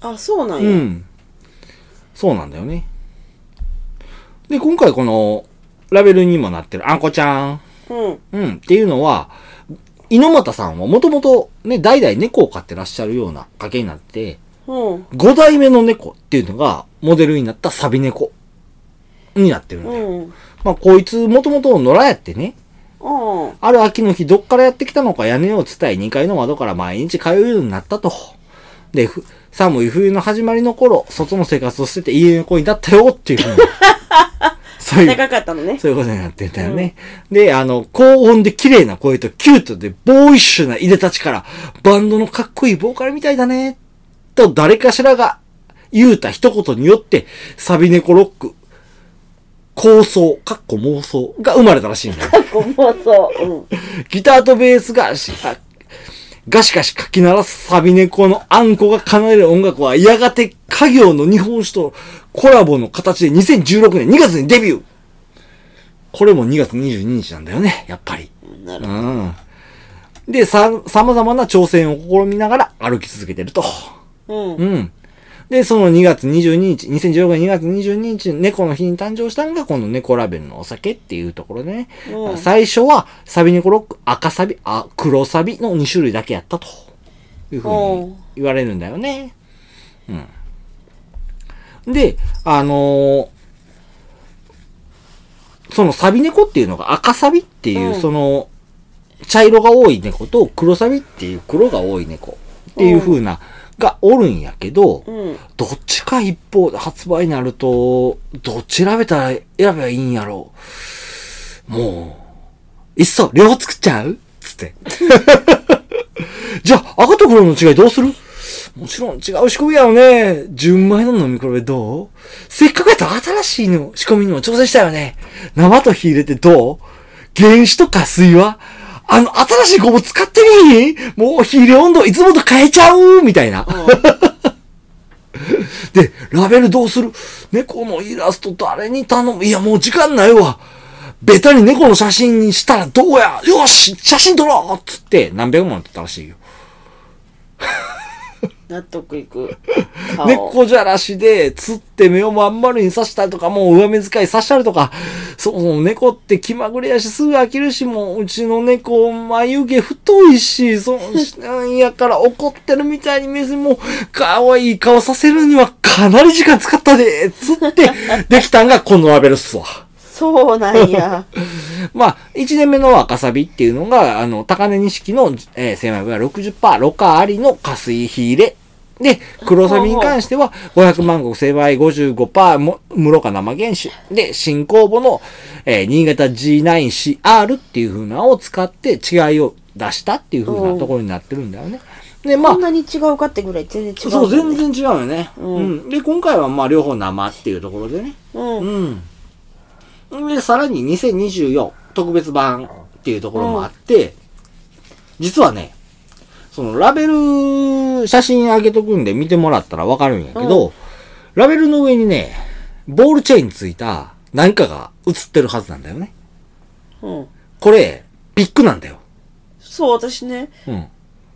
Speaker 2: あそうなん
Speaker 1: う
Speaker 2: や
Speaker 1: ん。そうなんだよね。で、今回この、ラベルにもなってる、あんこちゃん。
Speaker 2: うん
Speaker 1: うん。っていうのは、猪俣さんはもともとね、代々猫を飼ってらっしゃるような家系になって、
Speaker 2: うん
Speaker 1: 5代目の猫っていうのがモデルになったサビ猫になってるんだ
Speaker 2: う
Speaker 1: よ。
Speaker 2: ん
Speaker 1: まあ、こいつ、もともと野良やってね、
Speaker 2: うん
Speaker 1: ある秋の日、どっからやってきたのか屋根を伝え、2階の窓から毎日通うようになったと。で、ふ寒い冬の始まりの頃、外の生活を捨てて家の子になったよっていうふうに。そういう、
Speaker 2: 高かったのね
Speaker 1: そういうことになってんだよね。で、あの、高音で綺麗な声とキュートでボーイッシュないでたちから、バンドのかっこいいボーカルみたいだね、と誰かしらが言うた一言によって、サビネコロック、構想、かっこ妄想が生まれたらしいんだよ。
Speaker 2: ご妄想うん
Speaker 1: ギターとベースがし、あガシガシかき鳴らすサビネコのあんこが奏でる音楽は、やがて家業の日本酒とコラボの形で2016年2月にデビューこれも2月22日なんだよね、やっぱり。
Speaker 2: なる
Speaker 1: うん。で、さ、様々な挑戦を試みながら歩き続けてると。
Speaker 2: うん
Speaker 1: うん。で、その2月22日、2016年2月22日、猫の日に誕生したのが、この猫ラベルのお酒っていうところでね。
Speaker 2: うん
Speaker 1: 最初は、サビニコロック、赤サビ、あ黒サビの2種類だけやったと。いうふうに言われるんだよね。うん。で、あのーそのサビ猫っていうのが赤サビっていう、
Speaker 2: うん
Speaker 1: その、茶色が多い猫と黒サビっていう黒が多い猫っていう風な、がおるんやけど、
Speaker 2: うん
Speaker 1: どっちか一方で発売になると、どっち選べたら選べばいいんやろう。もう、いっそ、両方作っちゃうつって。 じゃあ、赤と黒の違いどうするもちろん違う仕組みやろね。純米の飲み比べどうせっかくやったら新しいの仕込みにも挑戦したよね。生と火入れてどう原酒と加水はあの、新しいごぼう使ってみもう火入れ温度いつもと変えちゃうみたいな。で、ラベルどうする猫のイラスト誰に頼むいや、もう時間ないわ。ベタに猫の写真にしたらどうやよし写真撮ろうつって何百万撮ったらしいよ。
Speaker 2: 納得いく顔
Speaker 1: 猫じゃらしで、釣って目をまん丸に刺したりとか、もう上目遣い刺したりとか、そもそも猫って気まぐれやし、すぐ飽きるし、もううちの猫、眉毛太いし、そうんやから怒ってるみたいに見えずに、もう、可愛い顔させるにはかなり時間使ったで、つって、できたんがこのラベルっすわ。
Speaker 2: そうなんや
Speaker 1: まあ、1年目の赤サビっていうのが、あの、高根錦の、えー、精米分は60%、ろ過ありの加水火入れ。で、黒サビに関しては、500万石精米55%も、室か生原酒。で、新公募の、えー新潟 G9CR っていう風なのを使って違いを出したっていう風なところになってるんだよね。で、ま
Speaker 2: こ
Speaker 1: あ
Speaker 2: ん、なに違うかってぐらい全然違う
Speaker 1: そう、全
Speaker 2: 然
Speaker 1: 然違うよね。
Speaker 2: うん
Speaker 1: うん。で、今回はまあ、両方生っていうところでね。
Speaker 2: うん
Speaker 1: うん。で、さらに2024特別版っていうところもあって、実はね、そのラベル、写真上げとくんで見てもらったらわかるんやけど、ラベルの上にね、ボールチェーンついた何かが写ってるはずなんだよね。
Speaker 2: うん。
Speaker 1: これ、ピックなんだよ。
Speaker 2: そう、私ね、
Speaker 1: うん。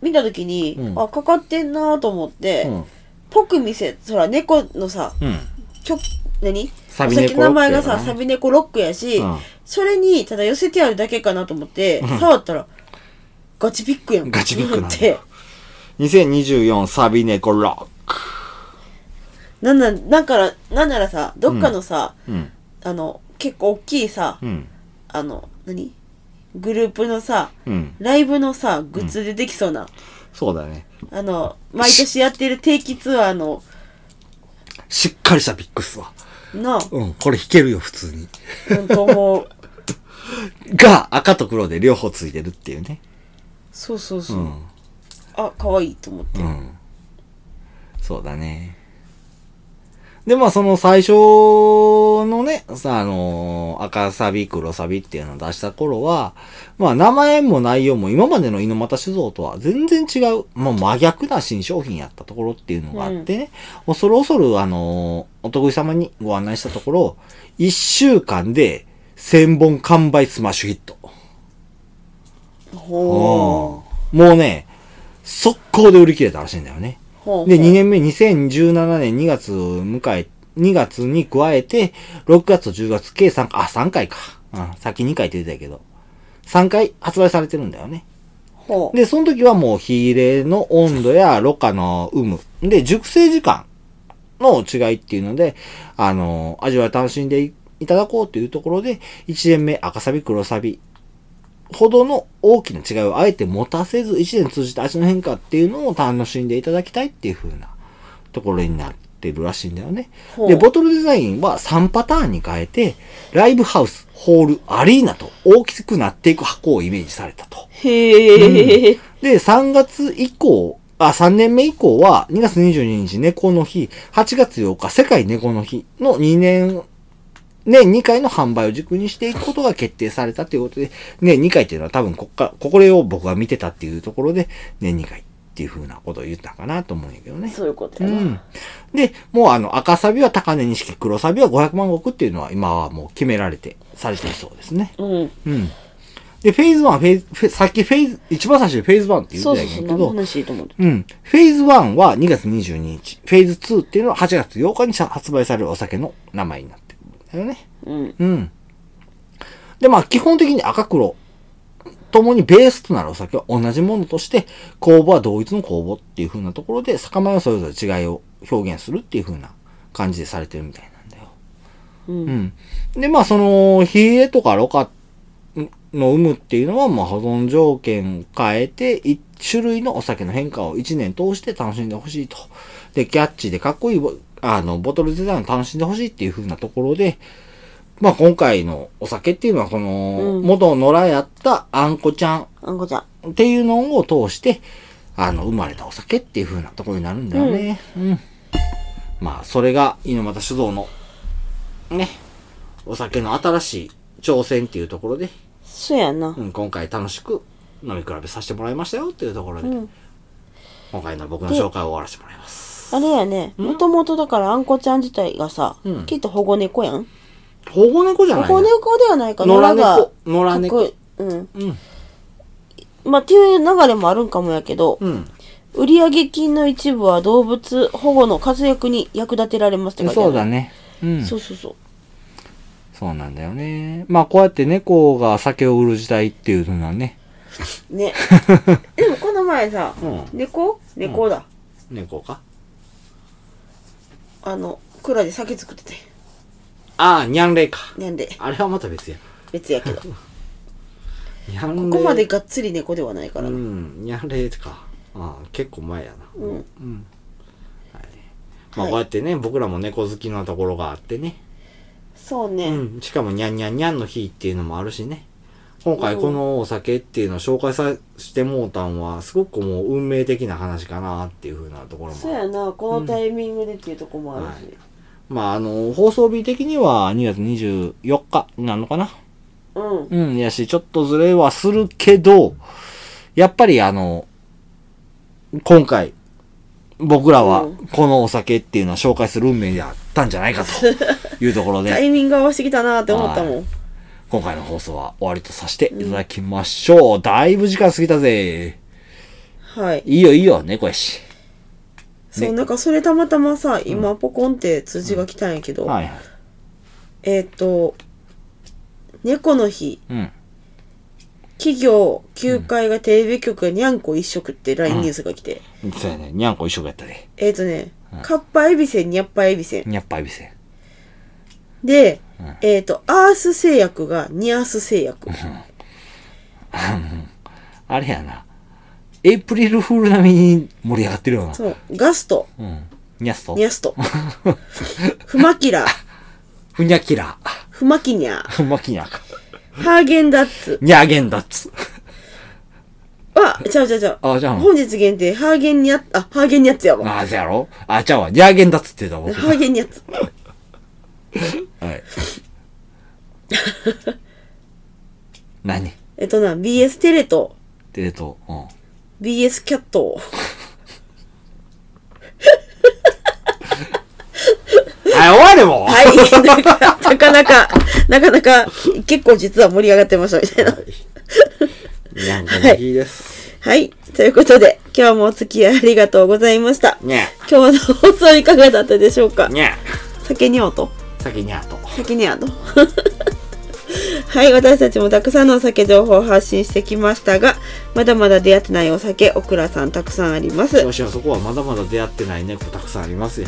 Speaker 2: 見たときに、
Speaker 1: うん
Speaker 2: あ、かかってんなと思って、
Speaker 1: うん。
Speaker 2: ぽく見せ、そら、猫のさ、
Speaker 1: うん。
Speaker 2: 曲、何
Speaker 1: サビ猫
Speaker 2: お酒の名前がさ、
Speaker 1: っていうのね
Speaker 2: サビ猫ロックやし、
Speaker 1: うん
Speaker 2: それに、ただ寄せてあるだけかなと思って、触ったら、ガチピックやん。
Speaker 1: ガチピックなんだ
Speaker 2: って。
Speaker 1: 2024サビネコロック。
Speaker 2: なんなん、なんから、なんならさ、どっかのさ、
Speaker 1: うん。
Speaker 2: あの、結構大きいさ、
Speaker 1: うん。
Speaker 2: あの、何グループのさ、
Speaker 1: うん。
Speaker 2: ライブのさ、グッズでできそうな、
Speaker 1: そうだね。
Speaker 2: あの、毎年やってる定期ツアーの、
Speaker 1: しっかりしたピックスは。
Speaker 2: な、
Speaker 1: うん。これ弾けるよ、普通に。
Speaker 2: うんと 思う。
Speaker 1: が、赤と黒で両方ついてるっていうね。
Speaker 2: そうそうそうう。
Speaker 1: ん。
Speaker 2: あ、可愛いと思って。
Speaker 1: うん。そうだね。で、まあ、その最初のね、さ、あのー赤サビ、黒サビっていうのを出した頃は、まあ、名前も内容も今までの猪俣酒造とは全然違う、もう真逆な新商品やったところっていうのがあってね、恐る恐る、あのーお得意様にご案内したところ、1週間で1000本完売スマッシュヒット。
Speaker 2: ほ
Speaker 1: もうね、速攻で売り切れたらしいんだよね。
Speaker 2: う。ほう。
Speaker 1: で、2年目、2017年2月を迎え、2月に加えて、6月と10月、計3回、あ、3回か。うん、さっき2回って言ってたけど、3回発売されてるんだよね。
Speaker 2: ほう。
Speaker 1: で、その時はもう火入れの温度やろ過の有無。で、熟成時間の違いっていうので、あの、味わい楽しんでいいただこうというところで、1年目赤サビ、黒サビほどの大きな違いをあえて持たせず、1年通じて味の変化っていうのを楽しんでいただきたいっていう風なところになってるらしいんだよね。
Speaker 2: ほう
Speaker 1: で、ボトルデザインは3パターンに変えて、ライブハウス、ホール、アリーナと大きくなっていく箱をイメージされたと。
Speaker 2: へえ。
Speaker 1: で、3月以降、あ、3年目以降は、2月22日猫の日、8月8日世界猫の日の2年、年2回の販売を軸にしていくことが決定されたということで、年2回っていうのは多分こっから、これを僕が見てたっていうところで、年2回っていう風なことを言ったかなと思うんやけどね。
Speaker 2: そういうこと
Speaker 1: う
Speaker 2: やな。
Speaker 1: ん。で、もうあの、赤サビは高値錦、黒サビは500万石っていうのは今はもう決められて、されてるそうですね。
Speaker 2: うん。
Speaker 1: うん。で、フェーズ1、フェーズ、フェさっきフェーズ、一番最初にフェーズ1って言
Speaker 2: そ
Speaker 1: っ
Speaker 2: う
Speaker 1: て
Speaker 2: そ
Speaker 1: た
Speaker 2: う
Speaker 1: やけ
Speaker 2: んそう。何の
Speaker 1: ど、
Speaker 2: 話と思って。
Speaker 1: うん。フェーズ1は2月22日、フェーズ2っていうのは8月8日に発売されるお酒の名前になってるんだよね。
Speaker 2: うん。
Speaker 1: うん。で、まあ、基本的に赤黒、ともにベースとなるお酒は同じものとして、酵母は同一の酵母っていう風なところで、酒米はそれぞれ違いを表現するっていう風な感じでされてるみたいなんだよ。
Speaker 2: うん
Speaker 1: うん。で、まあ、その、火入れとかろ過の有無っていうのは、まあ、保存条件を変えて、一種類のお酒の変化を一年通して楽しんでほしいと。で、キャッチーでかっこいいボ、あの、ボトルデザインを楽しんでほしいっていう風なところで、まあ、今回のお酒っていうのは、この、
Speaker 2: うん
Speaker 1: 元野良やったあんこちゃん
Speaker 2: あんこちゃん。
Speaker 1: っていうのを通して、あの、生まれたお酒っていう風なところになるんだよね。うん。まあ、それが、猪俣酒造の、ね、お酒の新しい挑戦っていうところで、
Speaker 2: そうやな
Speaker 1: う。ん、今回楽しく飲み比べさせてもらいましたよっていうところで、
Speaker 2: うん
Speaker 1: 今回の僕の紹介を終わらせてもらいます。
Speaker 2: あれやね、もともとだからあんこちゃん自体がさ
Speaker 1: うん、
Speaker 2: きっと保護猫やん。
Speaker 1: 保護猫じゃ
Speaker 2: 保
Speaker 1: ないの
Speaker 2: 護猫ではないか、
Speaker 1: 野良
Speaker 2: が
Speaker 1: 猫。野良
Speaker 2: か
Speaker 1: 猫
Speaker 2: っ。こいいうん。
Speaker 1: うん。
Speaker 2: まあ、っていう流れもあるんかもやけど、
Speaker 1: うん。
Speaker 2: 売上金の一部は動物保護の活躍に役立てられますって書いてあ
Speaker 1: そ
Speaker 2: る
Speaker 1: うだ。ね。うん。
Speaker 2: そうそうそう。
Speaker 1: そうなんだよね。まあ、こうやって猫が酒を売る時代っていうのはね、
Speaker 2: ね。でもこの前さ、
Speaker 1: うん
Speaker 2: 猫猫だ。
Speaker 1: 猫か
Speaker 2: あの、蔵で酒作ってて。
Speaker 1: ああ、ニャンレイか。
Speaker 2: なんで、
Speaker 1: あれはまた別や。
Speaker 2: 別やけど。こ
Speaker 1: ニャンレイ
Speaker 2: こまでがっつり猫ではないか
Speaker 1: う
Speaker 2: らね。
Speaker 1: ん、ニャンレイか。ああ、結構前やな。
Speaker 2: うん。
Speaker 1: うん。はい。まあ、
Speaker 2: はい
Speaker 1: こうやってね、僕らも猫好きなところがあってね。
Speaker 2: そうね。
Speaker 1: うん。しかも、ニャンニャンニャンの日っていうのもあるしね。今回このお酒っていうのを紹介さしてもうたんは、すごくもう運命的な話かなっていうふうなところも
Speaker 2: そうやな、このタイミングでっていうとこもあるし。
Speaker 1: まあ、あの、放送日的には2月24日になるのかな
Speaker 2: うん。
Speaker 1: うん、いやし、ちょっとずれはするけど、やっぱりあの、今回、僕らは
Speaker 2: うん、
Speaker 1: このお酒っていうのは紹介する運命だったんじゃないか というところ
Speaker 2: タ
Speaker 1: で、
Speaker 2: イミング合わせてきたなって思ったもん。
Speaker 1: 今回の放送は終わりとさせていただきましょう。だいぶ時間過ぎたぜ。
Speaker 2: はい。
Speaker 1: いいよいいよ、猫やし。
Speaker 2: そう、なんかそれたまたまさ、今ポコンって通知が来たんやけど、
Speaker 1: はいはい。
Speaker 2: えっ、と、猫の日、
Speaker 1: うん。
Speaker 2: 企業9階がテレビ局がにゃんこ一色って LINE ニュースが来て、
Speaker 1: そうやね。にゃんこ一緒やったで。
Speaker 2: えっ、とね、かっぱえびせん、にゃっぱえびせん。
Speaker 1: にゃっぱいびせ。
Speaker 2: で、えっ、と、アース製薬がニアス製薬。
Speaker 1: あれやな。エイプリルフール並みに盛り上がってるよな。
Speaker 2: そう、ガスト、
Speaker 1: うん。にゃっそ
Speaker 2: ニ。ャスト。ふまきら、
Speaker 1: ふにゃきら。
Speaker 2: ふまきにゃ、
Speaker 1: ふまきにゃか。
Speaker 2: ハーゲンダッツ
Speaker 1: にゃげんだっつ。
Speaker 2: は、ちゃうちゃうちゃう。
Speaker 1: あじゃあ
Speaker 2: 本日限定、ハーゲンニャッ、あ、ハーゲンニャッツやわ。
Speaker 1: ああ、そうやろあ、ちゃうわ。にゃげんだっつって言 ってた
Speaker 2: ハーゲンニャッツ。
Speaker 1: 僕。はい。何
Speaker 2: えっとな、BS テレと、
Speaker 1: えっと、うん。
Speaker 2: BS キャット。
Speaker 1: はい、終われもう
Speaker 2: はい。 なんかなかなか、なかなか、結構実は盛り上がってましたみたいな。
Speaker 1: にゃんこの日です。
Speaker 2: はい。ということで、今日もお付き合いありがとうございました。
Speaker 1: にゃ、
Speaker 2: 今日の放送いかがだったでしょうか
Speaker 1: にゃ、
Speaker 2: 酒におと
Speaker 1: 先にゃと。
Speaker 2: 酒にゃと。 はい。私たちもたくさんのお酒情報を発信してきましたが、まだまだ出会ってないお酒、オクラさんたくさんあります
Speaker 1: よ。しよ、そこはまだまだ出会ってない猫たくさんありますよ。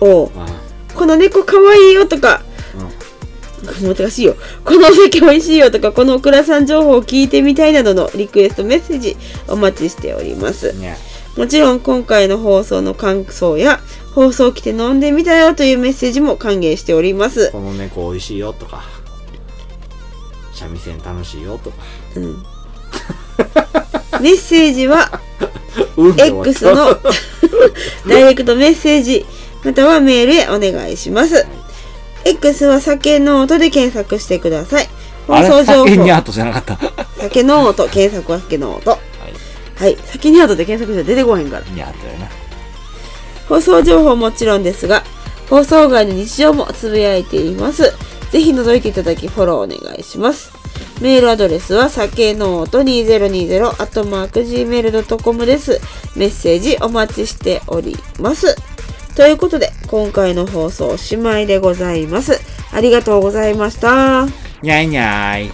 Speaker 2: おう
Speaker 1: あ
Speaker 2: この猫かわいいよとか、難しいよ。このお酒美味しいよとか、このオクラさん情報を聞いてみたいなどのリクエストメッセージお待ちしております
Speaker 1: あ、。にゃ、
Speaker 2: もちろん今回の放送の感想や、放送来て飲んでみたよというメッセージも歓迎しております。
Speaker 1: この猫美味しいよとか、三味線楽しいよとか。
Speaker 2: うん。メッセージは、
Speaker 1: うんで終わった
Speaker 2: X の ダイレクトメッセージ、またはメールへお願いします。X は酒の音で検索してください。放
Speaker 1: あ
Speaker 2: 送
Speaker 1: れ、
Speaker 2: 情
Speaker 1: 酒に
Speaker 2: 報、
Speaker 1: ゃとじゃなかった。
Speaker 2: 酒の音、検索は酒の音。はい、先に後で検索したら出てこへんから。
Speaker 1: にゃとやな。
Speaker 2: 放送情報もちろんですが、放送外の日常もつぶやいています。ぜひ覗いていただきフォローお願いします。メールアドレスは、さけのうと 2020-gmail.com です。メッセージお待ちしております。ということで、今回の放送おしまいでございます。ありがとうございました。
Speaker 1: にゃいにゃい。